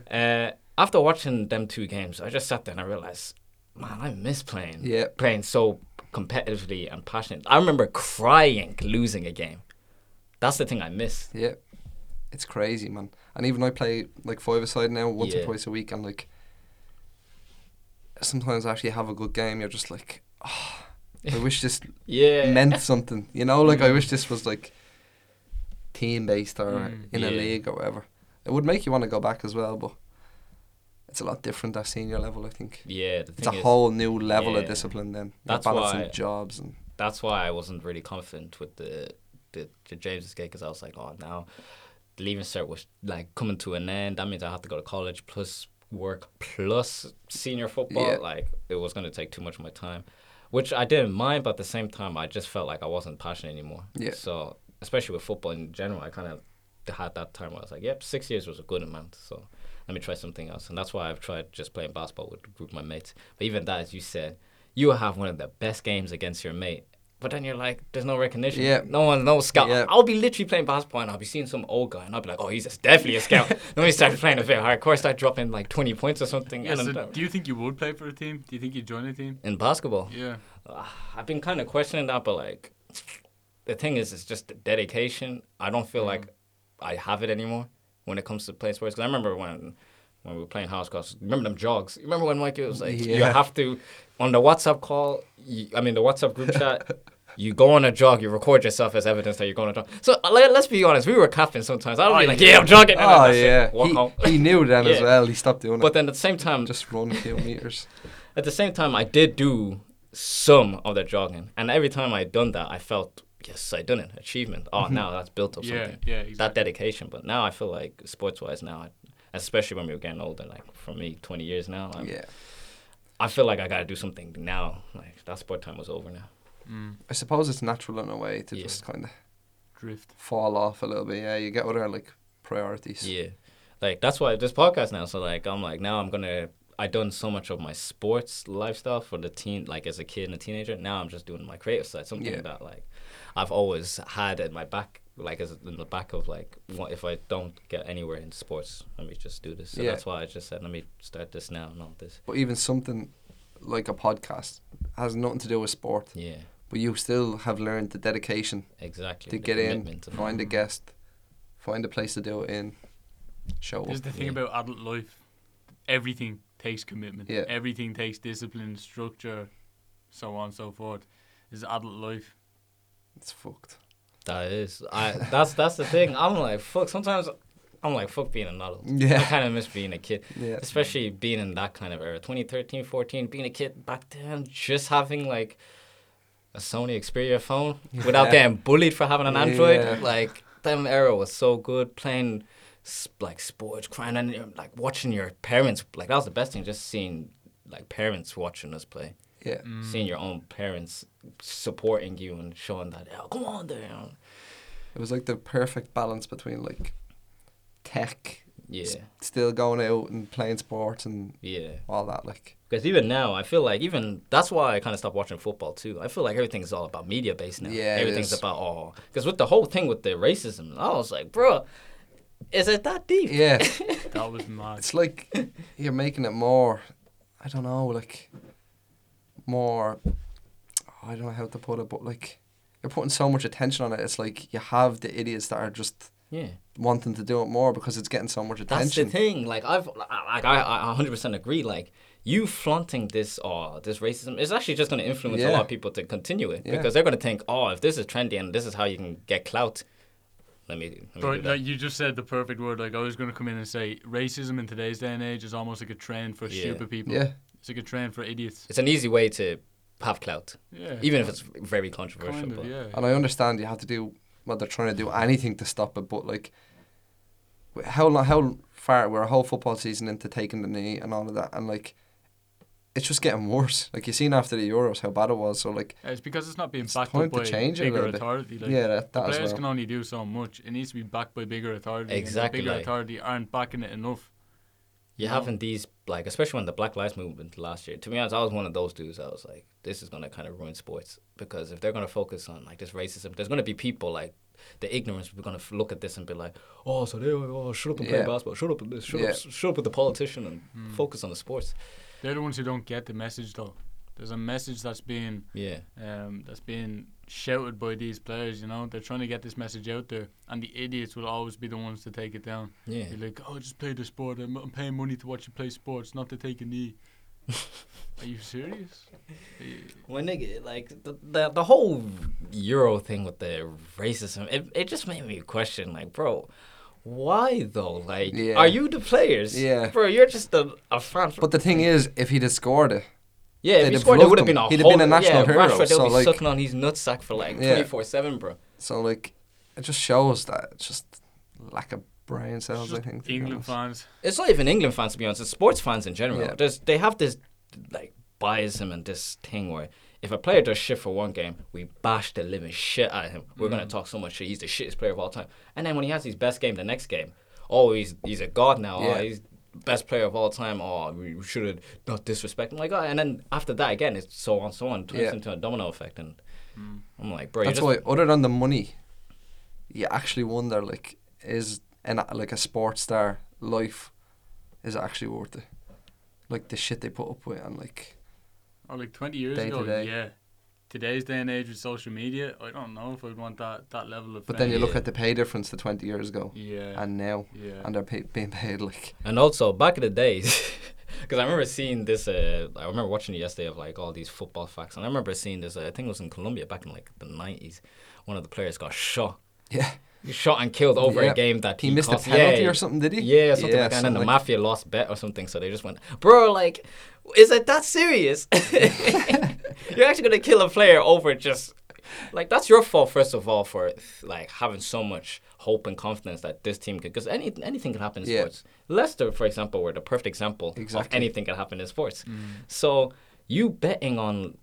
[SPEAKER 1] uh, after watching them two games, I just sat there and I realized, man, I miss playing.
[SPEAKER 2] Yeah.
[SPEAKER 1] Playing so competitively and passionate. I remember crying losing a game. That's the thing I miss.
[SPEAKER 2] Yeah, it's crazy, man. And even I play like five aside now once
[SPEAKER 1] Yeah.
[SPEAKER 2] or twice a week, and like sometimes I actually have a good game. You're just like, oh, I wish this
[SPEAKER 1] Yeah.
[SPEAKER 2] meant something. You know, like I wish this was like team based or
[SPEAKER 3] Mm.
[SPEAKER 2] in a
[SPEAKER 1] Yeah.
[SPEAKER 2] league or whatever. It would make you want to go back as well, but it's a lot different at senior level. I think
[SPEAKER 1] Yeah, the
[SPEAKER 2] it's a
[SPEAKER 1] thing is,
[SPEAKER 2] whole new level of
[SPEAKER 1] yeah.
[SPEAKER 2] discipline. Then You're
[SPEAKER 1] That's
[SPEAKER 2] balancing
[SPEAKER 1] why-
[SPEAKER 2] jobs and
[SPEAKER 1] that's why I wasn't really confident with the the, the James's gig because I was like, oh, now the leaving cert was like coming to an end. That means I have to go to college plus work plus senior football.
[SPEAKER 2] Yeah.
[SPEAKER 1] Like it was going to take too much of my time, which I didn't mind, but at the same time, I just felt like I wasn't passionate anymore.
[SPEAKER 2] Yeah.
[SPEAKER 1] So especially with football in general, I kind of had that time where I was like, yep, six years was a good amount. So let me try something else, and that's why I've tried just playing basketball with a group of my mates. But even that, as you said, you will have one of the best games against your mate. But then you're like, there's no recognition.
[SPEAKER 2] Yeah.
[SPEAKER 1] No one, no scout.
[SPEAKER 2] Yeah.
[SPEAKER 1] I'll be literally playing basketball and I'll be seeing some old guy and I'll be like, oh, he's just definitely a scout. then we start playing a bit hardcore, start dropping like 20 points or something.
[SPEAKER 3] Yeah,
[SPEAKER 1] and
[SPEAKER 3] so
[SPEAKER 1] I'm done.
[SPEAKER 3] do you think you would play for a team? Do you think you'd join a team?
[SPEAKER 1] In basketball,
[SPEAKER 3] Yeah.
[SPEAKER 1] Ah, I've been kind of questioning that, but like, the thing is, it's just the dedication. I don't feel like
[SPEAKER 2] Mm-hmm.
[SPEAKER 1] I have it anymore when it comes to playing sports. Because I remember when when we were playing house calls. Remember them jogs? Remember when Mikey was like, you
[SPEAKER 2] Yeah.
[SPEAKER 1] have to on the WhatsApp call. You, I mean, the WhatsApp group chat. You go on a jog, you record yourself as evidence that you're going on a jog. So uh, let, let's be honest, we were capping sometimes. I'd
[SPEAKER 3] Oh,
[SPEAKER 1] be like,
[SPEAKER 3] yeah.
[SPEAKER 1] yeah, I'm jogging. and then
[SPEAKER 2] oh
[SPEAKER 1] that's it,
[SPEAKER 2] yeah,
[SPEAKER 1] walk home.
[SPEAKER 2] he, he knew then as
[SPEAKER 1] Yeah.
[SPEAKER 2] well. He stopped doing
[SPEAKER 1] But
[SPEAKER 2] it.
[SPEAKER 1] then at the same time,
[SPEAKER 2] Just run a few meters.
[SPEAKER 1] at the same time, I did do some of that jogging, and every time I done that, I felt yes, I done it, achievement. Oh, now that's built up
[SPEAKER 3] Mm-hmm. Yeah,
[SPEAKER 1] something.
[SPEAKER 3] yeah,
[SPEAKER 1] That
[SPEAKER 3] exactly.
[SPEAKER 1] dedication. But now I feel like sports wise now, I- especially when we were getting older, like for me, twenty years now, i
[SPEAKER 2] Yeah,
[SPEAKER 1] I feel like I gotta do something now. Like that sport time was over now.
[SPEAKER 3] Mm,
[SPEAKER 2] I suppose it's natural in a way to
[SPEAKER 1] Yeah.
[SPEAKER 2] just kind of
[SPEAKER 3] drift.
[SPEAKER 2] fall off a little bit. Yeah, you get other like priorities.
[SPEAKER 1] Yeah, like that's why this podcast now. So like I'm like now I'm gonna. I done so much of my sports lifestyle for the teen, like as a kid and a teenager. Now I'm just doing my creative side, something
[SPEAKER 2] Yeah.
[SPEAKER 1] that like I've always had in my back, like as in the back of like, what if I don't get anywhere in sports? Let me just do this. So
[SPEAKER 2] Yeah.
[SPEAKER 1] that's why I just said, let me start this now, not this.
[SPEAKER 2] But even something like a podcast has nothing to do with sport.
[SPEAKER 1] Yeah,
[SPEAKER 2] But you still have learned the dedication
[SPEAKER 1] exactly. the
[SPEAKER 2] to get in,
[SPEAKER 1] commitment Mm. and-
[SPEAKER 2] find a guest, find a place to do it in, show up.
[SPEAKER 3] This is the thing
[SPEAKER 1] yeah.
[SPEAKER 3] about adult life. Everything takes commitment.
[SPEAKER 2] Yeah.
[SPEAKER 3] Everything takes discipline, structure, so on and so forth. This is adult life.
[SPEAKER 2] It's fucked.
[SPEAKER 1] That is, I that's that's the thing. I'm like fuck. Sometimes I'm like fuck being an adult.
[SPEAKER 2] Yeah.
[SPEAKER 1] I kind of miss being a kid,
[SPEAKER 2] Yeah.
[SPEAKER 1] especially being in that kind of era, 2013, 14, being a kid back then, just having like a Sony Xperia phone without
[SPEAKER 2] Yeah.
[SPEAKER 1] getting bullied for having an Android.
[SPEAKER 2] Yeah.
[SPEAKER 1] Like them era was so good playing. s- Like sports, crying and uh, like watching your parents, like that was the best thing. Just seeing like parents watching us play
[SPEAKER 2] Yeah.
[SPEAKER 1] seeing your own parents supporting you and showing that, oh, come on, there. you know.
[SPEAKER 2] It was like the perfect balance between like tech,
[SPEAKER 1] Yeah,
[SPEAKER 2] s- still going out and playing sports and
[SPEAKER 1] yeah.
[SPEAKER 2] all that. Like,
[SPEAKER 1] Because even now, I feel like even that's why I kind of stopped watching football too. I feel like everything's all about media based now.
[SPEAKER 2] Yeah, it
[SPEAKER 1] everything's
[SPEAKER 2] is.
[SPEAKER 1] about all. Because with the whole thing with the racism, I was like, bro, is it that deep?
[SPEAKER 2] yeah,
[SPEAKER 3] That was mad.
[SPEAKER 2] it's like you're making it more. I don't know, like more. I don't know how to put it, but like you're putting so much attention on it. It's like you have the idiots that are just
[SPEAKER 1] Yeah.
[SPEAKER 2] wanting to do it more because it's getting so much
[SPEAKER 1] That's
[SPEAKER 2] attention.
[SPEAKER 1] the thing. Like I've, like I, I 100% agree. Like you flaunting this, oh, this racism is actually just going to influence a
[SPEAKER 2] Yeah.
[SPEAKER 1] lot of people to continue it
[SPEAKER 2] Yeah.
[SPEAKER 1] because they're going to think, oh, if this is trendy and this is how you can get clout, let me. Let me do
[SPEAKER 3] But
[SPEAKER 1] that.
[SPEAKER 3] like you just said the perfect word. Like I was going to come in and say racism in today's day and age is almost like a trend for
[SPEAKER 1] Yeah.
[SPEAKER 3] stupid people.
[SPEAKER 2] Yeah.
[SPEAKER 3] It's like a trend for idiots.
[SPEAKER 1] it's an easy way to have clout,
[SPEAKER 3] Yeah.
[SPEAKER 1] even if it's very controversial.
[SPEAKER 3] kind of,
[SPEAKER 1] but
[SPEAKER 3] yeah.
[SPEAKER 2] And I understand you have to do well, they're trying to do anything to stop it, but like wh- how long, how far we're a whole football season into taking the knee and all of that, and like it's just getting worse. Like you seen after the Euros how bad it was. So like
[SPEAKER 3] It's because it's not being
[SPEAKER 2] It's
[SPEAKER 3] backed
[SPEAKER 2] time
[SPEAKER 3] up
[SPEAKER 2] to
[SPEAKER 3] by
[SPEAKER 2] change it a
[SPEAKER 3] bigger
[SPEAKER 2] little bit.
[SPEAKER 3] authority. Like,
[SPEAKER 2] yeah, that, that as
[SPEAKER 3] players
[SPEAKER 2] well.
[SPEAKER 3] can only do so much. It needs to be backed by bigger authority. and the
[SPEAKER 1] Exactly,
[SPEAKER 3] bigger
[SPEAKER 1] like-
[SPEAKER 3] authority aren't backing it enough.
[SPEAKER 1] You're
[SPEAKER 2] Mm-hmm.
[SPEAKER 3] No.
[SPEAKER 1] having these, like, especially when the Black Lives Movement last year. To be honest, I was one of those dudes. I was like, this is going to kind of ruin sports because if they're going to focus on, like, this racism, there's going to be people, like, the ignorance, we're going to look at this and be like, oh, so they, oh, shut up and play
[SPEAKER 2] Yeah.
[SPEAKER 1] basketball, shut up with this, shut,
[SPEAKER 2] Yeah.
[SPEAKER 1] up, shut up with the politician and focus on the sports.
[SPEAKER 3] They're the ones who don't get the message though. There's a message that's being
[SPEAKER 1] Yeah.
[SPEAKER 3] um, that's being shouted by these players. You know, they're trying to get this message out there, and the idiots will always be the ones to take it down.
[SPEAKER 1] Yeah.
[SPEAKER 3] You're like, oh, just play the sport. I'm, I'm paying money to watch you play sports, not to take a knee. Are you serious? Eh, Are you-
[SPEAKER 1] My nigga, like the, the the whole Euro thing with the racism, it, it just made me question, like, bro, why though? Like,
[SPEAKER 2] Yeah.
[SPEAKER 1] are you the players?
[SPEAKER 2] Yeah.
[SPEAKER 1] bro, you're just a, a fan.
[SPEAKER 2] But the thing is, if he'd have scored it,
[SPEAKER 1] yeah, if
[SPEAKER 2] they'd
[SPEAKER 1] he
[SPEAKER 2] have
[SPEAKER 1] scored, it
[SPEAKER 2] loved
[SPEAKER 1] would have
[SPEAKER 2] him.
[SPEAKER 1] been a
[SPEAKER 2] He'd have
[SPEAKER 1] whole,
[SPEAKER 2] been a national
[SPEAKER 1] yeah,
[SPEAKER 2] hero,
[SPEAKER 1] Rashford, they'll
[SPEAKER 2] so,
[SPEAKER 1] be
[SPEAKER 2] like-
[SPEAKER 1] sucking on his nutsack for like
[SPEAKER 2] Yeah.
[SPEAKER 1] twenty four seven, bro.
[SPEAKER 2] so like, it just shows that it's just lack of brain cells. I
[SPEAKER 3] Just
[SPEAKER 2] think to be
[SPEAKER 3] England
[SPEAKER 2] honest.
[SPEAKER 3] fans.
[SPEAKER 1] It's not even England fans to be honest. It's sports fans in general.
[SPEAKER 2] Yeah.
[SPEAKER 1] There's they have this like biasism and this thing where. If a player does shit for one game, we bash the living shit out of him. We're
[SPEAKER 2] Mm.
[SPEAKER 1] gonna talk so much shit. He's the shittest player of all time. And then when he has his best game, the next game, oh, he's he's a god now.
[SPEAKER 2] Yeah.
[SPEAKER 1] Oh, he's best player of all time. Oh, we should have not disrespect him. Like, oh, and then after that again, it's so on, so on, turns
[SPEAKER 2] Yeah.
[SPEAKER 1] into a domino effect. And I'm like, bro,
[SPEAKER 2] That's
[SPEAKER 1] you're
[SPEAKER 2] why,
[SPEAKER 1] just,
[SPEAKER 2] other than the money, you actually wonder like, is an like a sports star life, is it actually worth it? Like the shit they put up with and like,
[SPEAKER 3] Or Oh, like 20 years
[SPEAKER 2] Day to
[SPEAKER 3] ago,
[SPEAKER 2] day.
[SPEAKER 3] yeah. Today's day and age with social media, I don't know if I'd want that, that level of
[SPEAKER 2] but then you
[SPEAKER 3] fame.
[SPEAKER 2] look at the pay difference to twenty years ago
[SPEAKER 3] Yeah.
[SPEAKER 2] and now,
[SPEAKER 3] yeah.
[SPEAKER 2] and they're pay- being paid like
[SPEAKER 1] and also back in the days. Because I remember seeing this, uh, I remember watching it yesterday of like all these football facts, and I remember seeing this. Uh, I think it was in Colombia back in like the nineties. One of the players got shot,
[SPEAKER 2] yeah.
[SPEAKER 1] shot and killed over
[SPEAKER 2] Yeah.
[SPEAKER 1] a game that
[SPEAKER 2] He
[SPEAKER 1] he,
[SPEAKER 2] missed a
[SPEAKER 1] cost-
[SPEAKER 2] penalty
[SPEAKER 1] yeah.
[SPEAKER 2] or something, did he?
[SPEAKER 1] Yeah, something like that. And then the mafia lost bet or something, so they just went, bro, like, is it that serious? You're actually gonna kill a player over just like that's your fault first of all for like having so much hope and confidence that this team could because any anything can happen in
[SPEAKER 2] Yeah.
[SPEAKER 1] sports. Leicester, for example, were the perfect example of
[SPEAKER 2] Exactly.
[SPEAKER 1] anything can happen in sports. So you betting on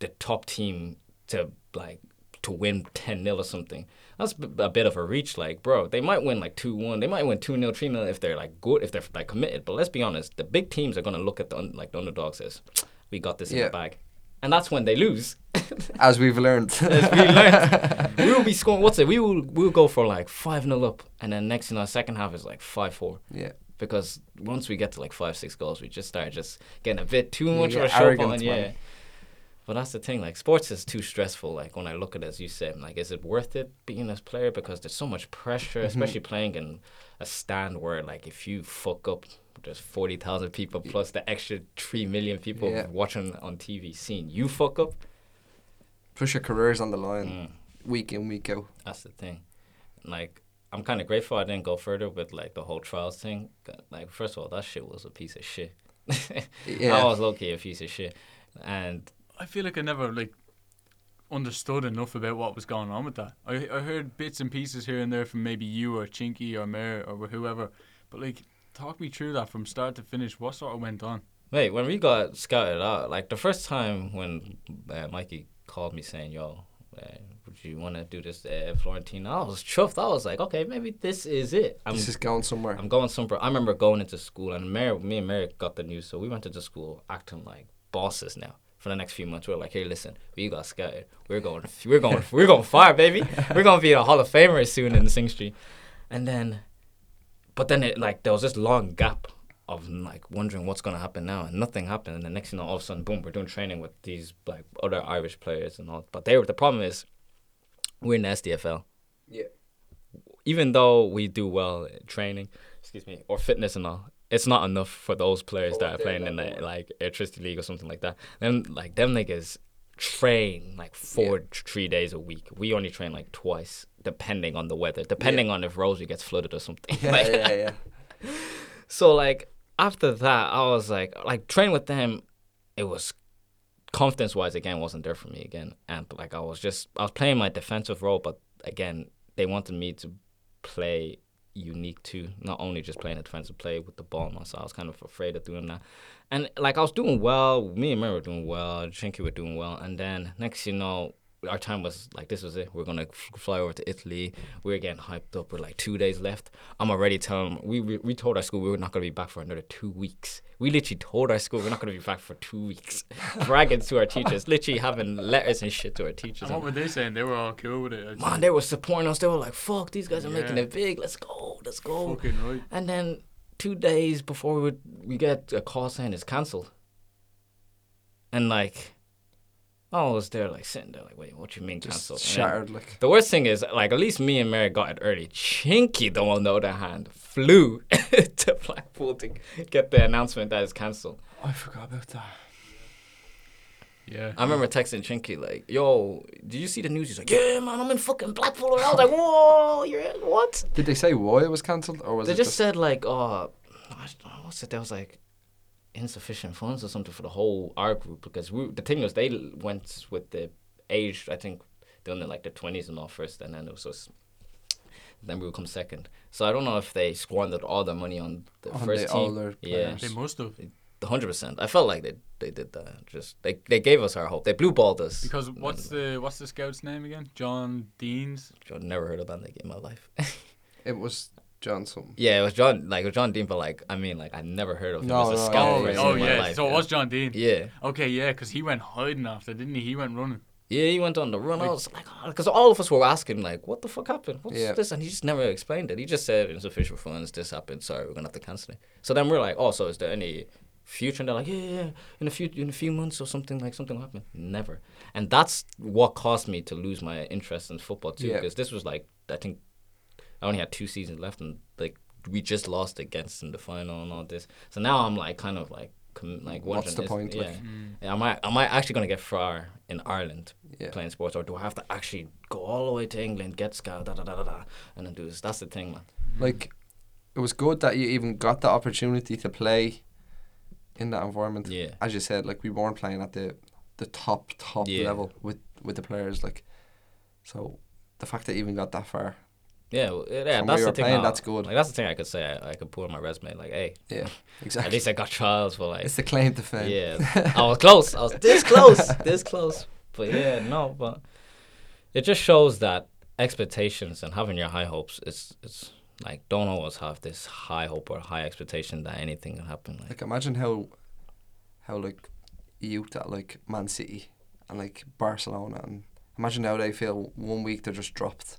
[SPEAKER 1] the top team to like to win 10 0 or something. That's b- a bit of a reach. Like, bro, they might win like 2 1. They might win 2 0, 3 0 if they're like good, if they're like committed. But let's be honest, the big teams are going to look at the un- like the underdogs as, we got this in
[SPEAKER 2] Yeah.
[SPEAKER 1] the bag. And that's when they lose.
[SPEAKER 2] as we've learned.
[SPEAKER 1] As we learned, we will be scoring, what's it? We will we'll go for like 5 0 up. And then next in our second half is like 5 4.
[SPEAKER 2] yeah,
[SPEAKER 1] Because once we get to like 5 6 goals, we just start just getting a bit too much of
[SPEAKER 2] get
[SPEAKER 1] a show
[SPEAKER 2] arrogant,
[SPEAKER 1] on.
[SPEAKER 2] man.
[SPEAKER 1] Yeah. But that's the thing, like sports is too stressful. Like when I look at it, as you said, like is it worth it being this player because there's so much
[SPEAKER 2] Mm-hmm.
[SPEAKER 1] pressure, especially playing in a stand where like if you fuck up, there's forty thousand people plus the extra three million people
[SPEAKER 2] Yeah.
[SPEAKER 1] watching on TV seeing you fuck up.
[SPEAKER 2] push your careers on the line
[SPEAKER 1] Mm.
[SPEAKER 2] week in week out.
[SPEAKER 1] That's the thing. Like, I'm kind of grateful I didn't go further with like the whole trials thing. Like, first of all, that shit was a piece of shit. I
[SPEAKER 2] Yeah.
[SPEAKER 1] was low key a piece of shit, and
[SPEAKER 3] I feel like I never like understood enough about what was going on with that. I I heard bits and pieces here and there from maybe you or Chinky or Mayor or whoever, but like talk me through that from start to finish. What sort of went on?
[SPEAKER 1] Mate, when we got scouted out, like the first time when uh, Mikey called me saying, "Yo, uh, would you want to do this uh, Florentine?" I was chuffed. I was like, "Okay, maybe this is it." I'm,
[SPEAKER 2] this is going somewhere.
[SPEAKER 1] I'm going somewhere. I remember going into school, and Mary, me and Mary got the news, so we went into school acting like bosses now. For the next few months, we were like, "Here, listen, we got scouted. We're going, we're going, we're going far, baby. We're gonna be a Hall of Famer soon in the Sing Street." And then, but then it like there was this long gap of like wondering what's gonna happen now, and nothing happened. And the next thing you know, all of a sudden, boom, we're doing training with these like other Irish players and all. But they were the problem is, we're in the SDFL
[SPEAKER 2] yeah.
[SPEAKER 1] even though we do well at training, excuse me, or fitness and all, it's not enough for those players
[SPEAKER 2] For
[SPEAKER 1] that are
[SPEAKER 2] what
[SPEAKER 1] playing
[SPEAKER 2] they're
[SPEAKER 1] in the,
[SPEAKER 2] level.
[SPEAKER 1] like electricity league or something like that. Them like them niggas train like four t- three days a week. We only train like twice, depending on the weather, depending on if Rosary gets flooded or something.
[SPEAKER 2] Yeah,
[SPEAKER 1] Like,
[SPEAKER 2] yeah, yeah.
[SPEAKER 1] so like after that, I was like, like train with them, it was confidence wise again wasn't there for me again, and like I was just I was playing my defensive role, but again they wanted me to play unique too, not only just playing a defensive play with the ball now. So I was kind of afraid of doing that, and like I was doing well, me and Mary were doing well, Chinky were doing well, and then next you know. Our time was like this was it. We're gonna f- fly over to Italy. We were getting hyped up. We're like two days left. I'm already telling we, we we told our school we were not gonna be back for another two weeks. We literally told our school we're not gonna be back for two weeks. Bragging to our teachers, literally having letters and shit to our teachers.
[SPEAKER 3] And what were they saying? They were all cool with it.
[SPEAKER 1] Man, they were supporting us. They were like, "Fuck, these guys are making
[SPEAKER 3] Yeah.
[SPEAKER 1] it big. Let's go, let's go."
[SPEAKER 3] Fucking right.
[SPEAKER 1] And then two days before we would, we get a call saying it's cancelled. And like, I was there like sitting there like, wait, what you mean
[SPEAKER 2] Just
[SPEAKER 1] cancelled? And then
[SPEAKER 2] shattered like.
[SPEAKER 1] The worst thing is like at least me and Mary got it early. Chinky, though on the other hand, flew to Blackpool to get the announcement that it's cancelled.
[SPEAKER 2] I forgot about that.
[SPEAKER 3] Yeah.
[SPEAKER 1] I remember texting Chinky like, "Yo, did you see the news?" He's like, "Yeah, man, I'm in fucking Blackpool." And I was like, "Whoa, you're in what?"
[SPEAKER 2] Did they say why it was cancelled or was
[SPEAKER 1] They
[SPEAKER 2] it
[SPEAKER 1] just
[SPEAKER 2] just,
[SPEAKER 1] said like, "Oh, I don't know, what's it?" There was like insufficient funds or something for the whole our group because we, the thing was they l- went with the age. I think they were in like the twenties and all first, and then it was us. Then we would come second. So I don't know if they squandered all their money on the
[SPEAKER 2] On
[SPEAKER 1] first
[SPEAKER 2] the
[SPEAKER 1] team.
[SPEAKER 2] older
[SPEAKER 1] yeah,
[SPEAKER 2] players.
[SPEAKER 3] They must have.
[SPEAKER 1] hundred percent. I felt like they they did that. Just they they gave us our hope. They blue balled us.
[SPEAKER 3] Because
[SPEAKER 1] And
[SPEAKER 3] what's
[SPEAKER 1] then-
[SPEAKER 3] the what's the scout's name again? John Deans.
[SPEAKER 1] I've never heard of Bandit in my life.
[SPEAKER 2] it was Johnson?
[SPEAKER 1] yeah, it was John, like it was John Dean, but like I mean, like I'd never heard of him
[SPEAKER 2] No,
[SPEAKER 1] as a
[SPEAKER 2] no,
[SPEAKER 1] scout
[SPEAKER 3] Oh,
[SPEAKER 2] yeah,
[SPEAKER 1] person
[SPEAKER 2] yeah.
[SPEAKER 3] oh
[SPEAKER 1] in my
[SPEAKER 3] yeah.
[SPEAKER 1] life.
[SPEAKER 3] so it was John Dean.
[SPEAKER 1] yeah,
[SPEAKER 3] Okay, yeah, because he went hiding after, didn't he? He went running.
[SPEAKER 1] yeah, he went on the run.
[SPEAKER 3] Like-
[SPEAKER 1] I was like, because all of us were asking, like, what the fuck happened? What's
[SPEAKER 2] Yeah.
[SPEAKER 1] this? And he just never explained it. He just said insufficient funds. This happened. Sorry, we're gonna have to cancel it. So then we're like, oh, so is there any future? And they're like, yeah, yeah, yeah, in a few in a few months or something like something will happen. Never. And that's what caused me to lose my interest in football too,
[SPEAKER 2] Yeah.
[SPEAKER 1] because this was like I think I only had two seasons left, and like we just lost against in the final and all this. So now I'm like kind of like com- like
[SPEAKER 2] What's
[SPEAKER 1] wondering,
[SPEAKER 2] the
[SPEAKER 1] is-
[SPEAKER 2] point, like?
[SPEAKER 1] Yeah, Mm. am I am I actually gonna get far in Ireland
[SPEAKER 2] Yeah.
[SPEAKER 1] playing sports, or do I have to actually go all the way to England, get scouted, da da da da, da, and then do this? That's the thing, man.
[SPEAKER 2] Like it was good that you even got the opportunity to play in that environment.
[SPEAKER 1] Yeah.
[SPEAKER 2] As you said, like we weren't playing at the the top top
[SPEAKER 1] Yeah.
[SPEAKER 2] level with with the players like so the fact that you even got that far.
[SPEAKER 1] Yeah, well, yeah,
[SPEAKER 2] From where
[SPEAKER 1] that's
[SPEAKER 2] you
[SPEAKER 1] the
[SPEAKER 2] were
[SPEAKER 1] thing.
[SPEAKER 2] playing,
[SPEAKER 1] I-
[SPEAKER 2] that's good.
[SPEAKER 1] Like that's the thing I could say. I, I could put on my resume, like, hey,
[SPEAKER 2] Yeah.
[SPEAKER 1] at
[SPEAKER 2] Exactly.
[SPEAKER 1] least I got trials for like
[SPEAKER 2] it's the claim to fame.
[SPEAKER 1] Yeah, I was close. I was this close. This close. But yeah, no. But it just shows that expectations and having your high hopes. It's it's like don't always have this high hope or high expectation that anything can happen. Like
[SPEAKER 2] Like imagine how how like youth at like Man City and like Barcelona and imagine how they feel one week they're just dropped.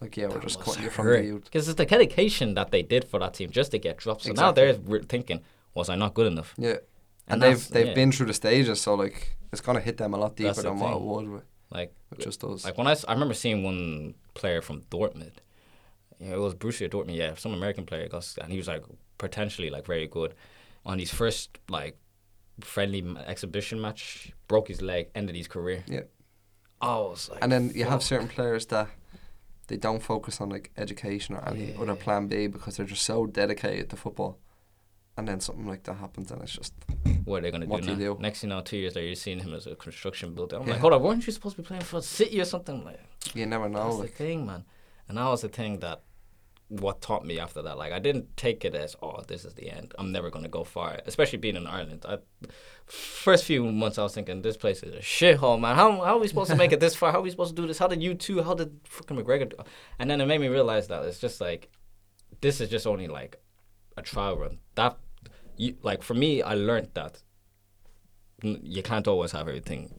[SPEAKER 2] Like yeah, we're just cutting you from the youth.
[SPEAKER 1] because it's the dedication that they did for that team just to get dropped. So now
[SPEAKER 2] Exactly.
[SPEAKER 1] they're re- thinking, was I not good enough?
[SPEAKER 2] Yeah. And,
[SPEAKER 1] And
[SPEAKER 2] they've
[SPEAKER 1] that's-
[SPEAKER 2] they've
[SPEAKER 1] yeah.
[SPEAKER 2] been through the stages, so like it's gonna hit them a lot deeper
[SPEAKER 1] That's the
[SPEAKER 2] than what it
[SPEAKER 1] thing.
[SPEAKER 2] would with,
[SPEAKER 1] Like
[SPEAKER 2] with just us.
[SPEAKER 1] Like when I, s- I remember seeing one player from Dortmund. Yeah, it was Borussia Dortmund. Yeah, some American player got, s- and he was like potentially like very good. On his first like friendly m- exhibition match, broke his leg, ended his career.
[SPEAKER 2] yeah.
[SPEAKER 1] Oh, I was like,
[SPEAKER 2] And then you have
[SPEAKER 1] fuck.
[SPEAKER 2] certain players that they don't focus on like education or any
[SPEAKER 1] Yeah.
[SPEAKER 2] other plan B because they're just so dedicated to football. And then something like that happens and it's just
[SPEAKER 1] what are they gonna
[SPEAKER 2] what
[SPEAKER 1] do
[SPEAKER 2] do
[SPEAKER 1] now?
[SPEAKER 2] you do?
[SPEAKER 1] Next thing you know, two years later, you're seeing him as a construction builder. I'm
[SPEAKER 2] Yeah.
[SPEAKER 1] like, hold on, weren't you supposed to be playing for City or something? Like,
[SPEAKER 2] you never know.
[SPEAKER 1] That's
[SPEAKER 2] Like
[SPEAKER 1] the thing, man. And that was the thing that what taught me after that. Like I didn't take it as oh, this is the end. I'm never gonna go far. Especially being in Ireland. I, first few months I was thinking this place is a shithole, man. How how are we supposed to make it this far? How are we supposed to do this? How did you two? How did fucking McGregor? Do? And then it made me realize that it's just like this is just only like a trial run. That you like for me, I learned that n- you can't always have everything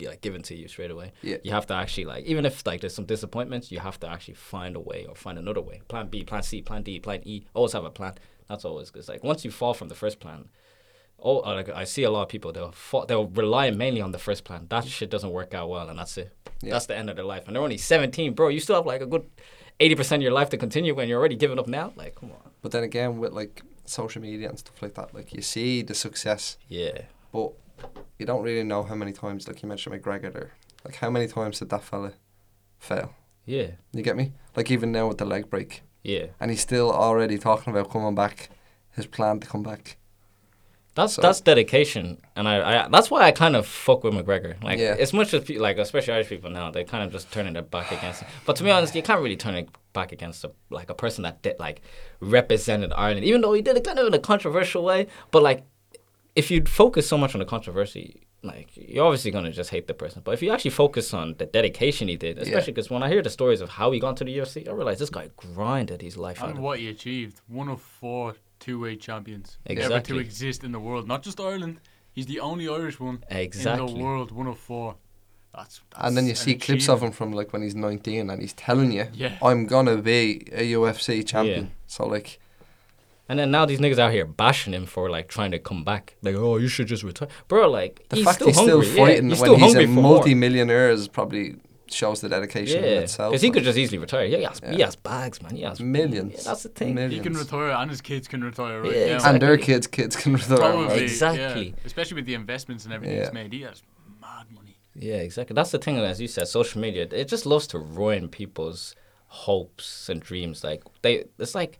[SPEAKER 1] like given to you straight away.
[SPEAKER 2] Yeah.
[SPEAKER 1] You have to actually like even if like there's some disappointments, you have to actually find a way or find another way. Plan B, plan C, plan D, plan E. Always have a plan. That's always good. It's Like once you fall from the first plan, oh uh, like I see a lot of people they'll fall, they'll rely mainly on the first plan. That shit doesn't work out well and that's it.
[SPEAKER 2] Yeah.
[SPEAKER 1] That's the end of their life. And they're only 17, bro. You still have like a good 80% of your life to continue when you're already giving up now. Like, come on.
[SPEAKER 2] but then again with like social media and stuff like that, like you see the success
[SPEAKER 1] Yeah.
[SPEAKER 2] but you don't really know how many times like you mentioned McGregor there. Like how many times did that fella fail?
[SPEAKER 1] Yeah.
[SPEAKER 2] You get me? Like even now with the leg break.
[SPEAKER 1] Yeah.
[SPEAKER 2] and he's still already talking about coming back, his plan to come back.
[SPEAKER 1] That's
[SPEAKER 2] So-
[SPEAKER 1] that's dedication, and I, I that's why I kind of fuck with McGregor. Like
[SPEAKER 2] Yeah.
[SPEAKER 1] as much as pe- like especially Irish people now, they kind of just turning their back against. Him. But to be honest, you can't really turn it back against a, like a person that did like represented Ireland, even though he did it kind of in a controversial way. But like, if you focus so much on the controversy, like you're obviously gonna just hate the person. But if you actually focus on the dedication he did, especially because when I hear the stories of how he got to the UFC, I realize this guy grinded his life out.
[SPEAKER 3] And
[SPEAKER 1] of-
[SPEAKER 3] what he achieved. One of four two way champions ever to
[SPEAKER 1] Exactly.
[SPEAKER 3] exist in the world. Not just Ireland. He's the only Irish one in
[SPEAKER 1] Exactly.
[SPEAKER 3] the world, one of four. That's, that's
[SPEAKER 2] and then you
[SPEAKER 3] an
[SPEAKER 2] see clips of
[SPEAKER 3] achievement.
[SPEAKER 2] him from like when he's 19 and he's telling you,
[SPEAKER 3] Yeah.
[SPEAKER 2] I'm gonna be a UFC champion.
[SPEAKER 1] Yeah.
[SPEAKER 2] So, like,
[SPEAKER 1] And then now these niggas out here bashing him for like trying to come back. Like, oh, you should just retire, bro. Like,
[SPEAKER 2] the
[SPEAKER 1] he's
[SPEAKER 2] fact
[SPEAKER 1] still
[SPEAKER 2] he's still
[SPEAKER 1] hungry.
[SPEAKER 2] fighting
[SPEAKER 1] yeah, he's
[SPEAKER 2] when
[SPEAKER 1] still
[SPEAKER 2] he's
[SPEAKER 1] hungry
[SPEAKER 2] a
[SPEAKER 1] for more.
[SPEAKER 2] multi millionaire is probably shows the dedication in
[SPEAKER 1] Yeah,
[SPEAKER 2] itself.
[SPEAKER 1] because he
[SPEAKER 2] like,
[SPEAKER 1] could just easily retire. Yeah, he has, he
[SPEAKER 2] Yeah.
[SPEAKER 1] has bags, man. He has
[SPEAKER 2] Millions.
[SPEAKER 1] Yeah, that's the thing.
[SPEAKER 3] He can
[SPEAKER 2] Millions.
[SPEAKER 3] retire and his kids can retire right
[SPEAKER 1] Yeah,
[SPEAKER 3] now.
[SPEAKER 1] exactly.
[SPEAKER 2] And their kids' kids can retire.
[SPEAKER 3] Probably,
[SPEAKER 2] right?
[SPEAKER 3] yeah.
[SPEAKER 1] Exactly.
[SPEAKER 3] Especially with the investments and everything
[SPEAKER 2] Yeah.
[SPEAKER 3] he's made. He has
[SPEAKER 1] Yeah, exactly. That's the thing, as you said, social media. It just loves to ruin people's hopes and dreams. Like they, it's like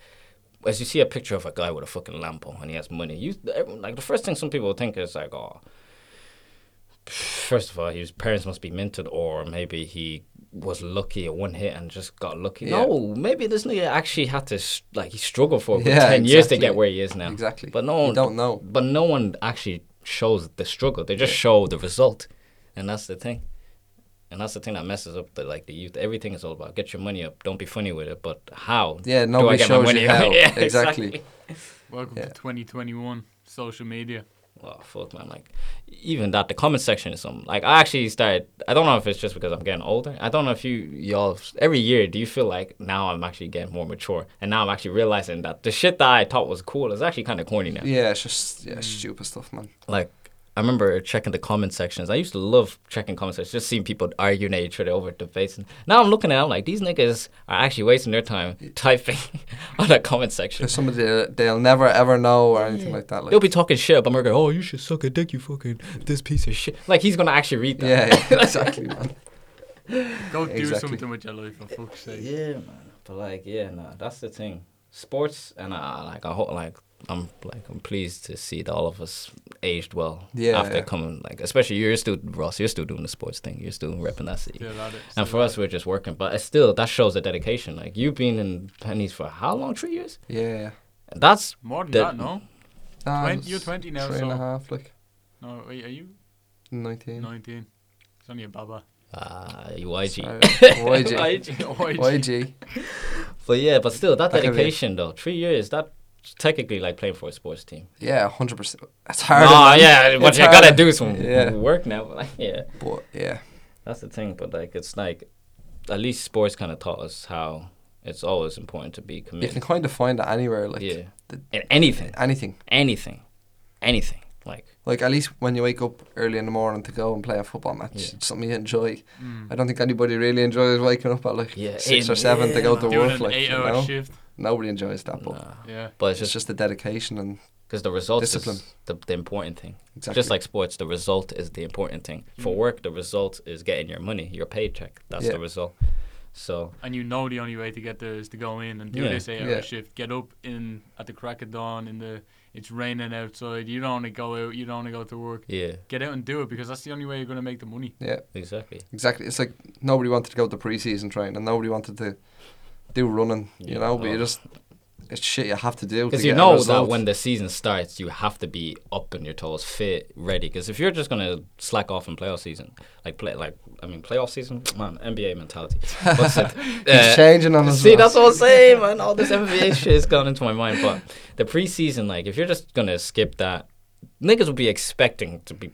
[SPEAKER 1] as you see a picture of a guy with a fucking Lambo and he has money. You everyone- like the first thing some people think is like, oh, first of all, his parents must be minted, or maybe he was lucky at one hit and just got lucky.
[SPEAKER 2] Yeah.
[SPEAKER 1] No, maybe this nigga actually had to s- like he struggled for a good
[SPEAKER 2] Yeah,
[SPEAKER 1] ten years to
[SPEAKER 2] exactly.
[SPEAKER 1] get where he is now.
[SPEAKER 2] Exactly.
[SPEAKER 1] But no
[SPEAKER 2] You
[SPEAKER 1] one
[SPEAKER 2] don't know.
[SPEAKER 1] But no one actually shows the struggle. They just show the result, and that's the thing. And that's the thing that messes up the like the youth. Everything is all about get your money up. Don't be funny with it. But how?
[SPEAKER 2] Yeah,
[SPEAKER 1] do I
[SPEAKER 2] nobody
[SPEAKER 1] get my
[SPEAKER 2] shows you
[SPEAKER 1] money up?
[SPEAKER 2] how.
[SPEAKER 1] Yeah,
[SPEAKER 2] Exactly.
[SPEAKER 3] Welcome
[SPEAKER 2] Yeah.
[SPEAKER 3] to 2021 social media.
[SPEAKER 1] Oh fuck, man! Like even that, the comment section is something. Like I actually started. I don't know if it's just because I'm getting older. I don't know if you y'all every year. Do you feel like now I'm actually getting more mature, and now I'm actually realizing that the shit that I thought was cool is actually kind of corny now.
[SPEAKER 2] Yeah, it's just yeah, stupid stuff, man.
[SPEAKER 1] Like I remember checking the comment sections. I used to love checking comment sections, just seeing people arguing at each other over the face. And now I'm looking at, it, I'm like, these niggas are actually wasting their time typing on that comment section.
[SPEAKER 2] There's somebody that they'll never ever know or anything like that. Like,
[SPEAKER 1] They'll be talking shit about America. Oh, you should suck a dick, you fucking this piece of shit. Like he's gonna actually read that.
[SPEAKER 2] yeah, yeah, exactly, man.
[SPEAKER 3] Go do
[SPEAKER 2] Exactly.
[SPEAKER 3] something with your life, for fuck's sake.
[SPEAKER 1] Yeah, man. But like, yeah, no, that's the thing. Sports and uh, like I hope like I'm like I'm pleased to see that all of us aged well.
[SPEAKER 2] Yeah,
[SPEAKER 1] After
[SPEAKER 2] yeah.
[SPEAKER 1] coming like especially you're still Ross, you're still doing the sports thing. You're still repping that city.
[SPEAKER 3] Still at it. still
[SPEAKER 1] And for
[SPEAKER 3] at
[SPEAKER 1] us,
[SPEAKER 3] it.
[SPEAKER 1] we're just working, but it's still that shows the dedication. Like you've been in pennies for how long? Three years.
[SPEAKER 2] Yeah.
[SPEAKER 1] That's
[SPEAKER 3] more than
[SPEAKER 1] the-
[SPEAKER 3] that, no.
[SPEAKER 2] Nah,
[SPEAKER 3] Twen-
[SPEAKER 2] it's
[SPEAKER 3] you're 20 now,
[SPEAKER 2] three and a
[SPEAKER 3] so-
[SPEAKER 2] half, like
[SPEAKER 3] No, are are you
[SPEAKER 2] 19.
[SPEAKER 3] 19? It's only a baba.
[SPEAKER 1] uh, you YG.
[SPEAKER 2] Sorry. YG.
[SPEAKER 3] YG.
[SPEAKER 2] YG.
[SPEAKER 1] But yeah, but still that
[SPEAKER 2] That could be it.
[SPEAKER 1] dedication though. Three years. That technically like playing for a sports team.
[SPEAKER 2] Yeah, 100%. It's hard.
[SPEAKER 1] oh
[SPEAKER 2] man.
[SPEAKER 1] yeah, but
[SPEAKER 2] It's
[SPEAKER 1] you gotta
[SPEAKER 2] hard.
[SPEAKER 1] do some
[SPEAKER 2] Yeah.
[SPEAKER 1] work now. Like yeah.
[SPEAKER 2] But yeah,
[SPEAKER 1] That's the thing, but like it's like at least sports kind of taught us how it's always important to be
[SPEAKER 2] you can
[SPEAKER 1] committed.
[SPEAKER 2] kind of find it anywhere. Like
[SPEAKER 1] Yeah,
[SPEAKER 2] the-
[SPEAKER 1] and anything,
[SPEAKER 2] anything.
[SPEAKER 1] anything, anything. Like
[SPEAKER 2] Like at least when you wake up early in the morning to go and play a football match,
[SPEAKER 1] Yeah.
[SPEAKER 2] it's something you enjoy.
[SPEAKER 3] Mm.
[SPEAKER 2] I don't think anybody really enjoys waking up at like
[SPEAKER 1] Yeah,
[SPEAKER 2] six
[SPEAKER 1] in-
[SPEAKER 2] or seven to
[SPEAKER 1] yeah,
[SPEAKER 2] go to
[SPEAKER 3] Doing
[SPEAKER 2] work.
[SPEAKER 3] an
[SPEAKER 2] Like you
[SPEAKER 3] eight-hour
[SPEAKER 2] know?
[SPEAKER 3] shift.
[SPEAKER 2] nobody enjoys that. But
[SPEAKER 1] nah.
[SPEAKER 3] Yeah.
[SPEAKER 1] but
[SPEAKER 2] it's
[SPEAKER 1] it's just
[SPEAKER 2] just the dedication and
[SPEAKER 1] because the result
[SPEAKER 2] discipline.
[SPEAKER 1] is the, the important thing.
[SPEAKER 2] exactly. Mm.
[SPEAKER 1] Just like sports, the result is the important thing. For work, the result is getting your money, your paycheck. That's
[SPEAKER 2] Yeah.
[SPEAKER 1] the result. So
[SPEAKER 3] And you know the only way to get there is to go in and do
[SPEAKER 1] Yeah.
[SPEAKER 3] this eight-hour
[SPEAKER 2] Yeah.
[SPEAKER 3] shift. Get up in at the crack of dawn. In the it's raining outside. You don't want to go out. You don't want to go to work.
[SPEAKER 1] yeah,
[SPEAKER 3] Get out and do it because that's the only way you're going to make the money.
[SPEAKER 2] yeah,
[SPEAKER 1] exactly.
[SPEAKER 2] exactly. It's like nobody wanted to go to preseason training. Nobody wanted to do running.
[SPEAKER 1] Yeah,
[SPEAKER 2] You know, but
[SPEAKER 1] oh.
[SPEAKER 2] you just it's shit you have to do
[SPEAKER 1] Because
[SPEAKER 2] to
[SPEAKER 1] you
[SPEAKER 2] get a
[SPEAKER 1] know that
[SPEAKER 2] result.
[SPEAKER 1] when the season starts, you have to be up on your toes, fit, ready. Because if you're just gonna slack off in playoff season, like play, like I mean, playoff season, man, NBA mentality. What's it?
[SPEAKER 2] He's
[SPEAKER 1] Uh,
[SPEAKER 2] changing on us.
[SPEAKER 1] See,
[SPEAKER 2] man.
[SPEAKER 1] that's what I'm saying, man. All this NBA shit has gone into my mind. But the preseason, like, if you're just gonna skip that, niggas will be expecting to be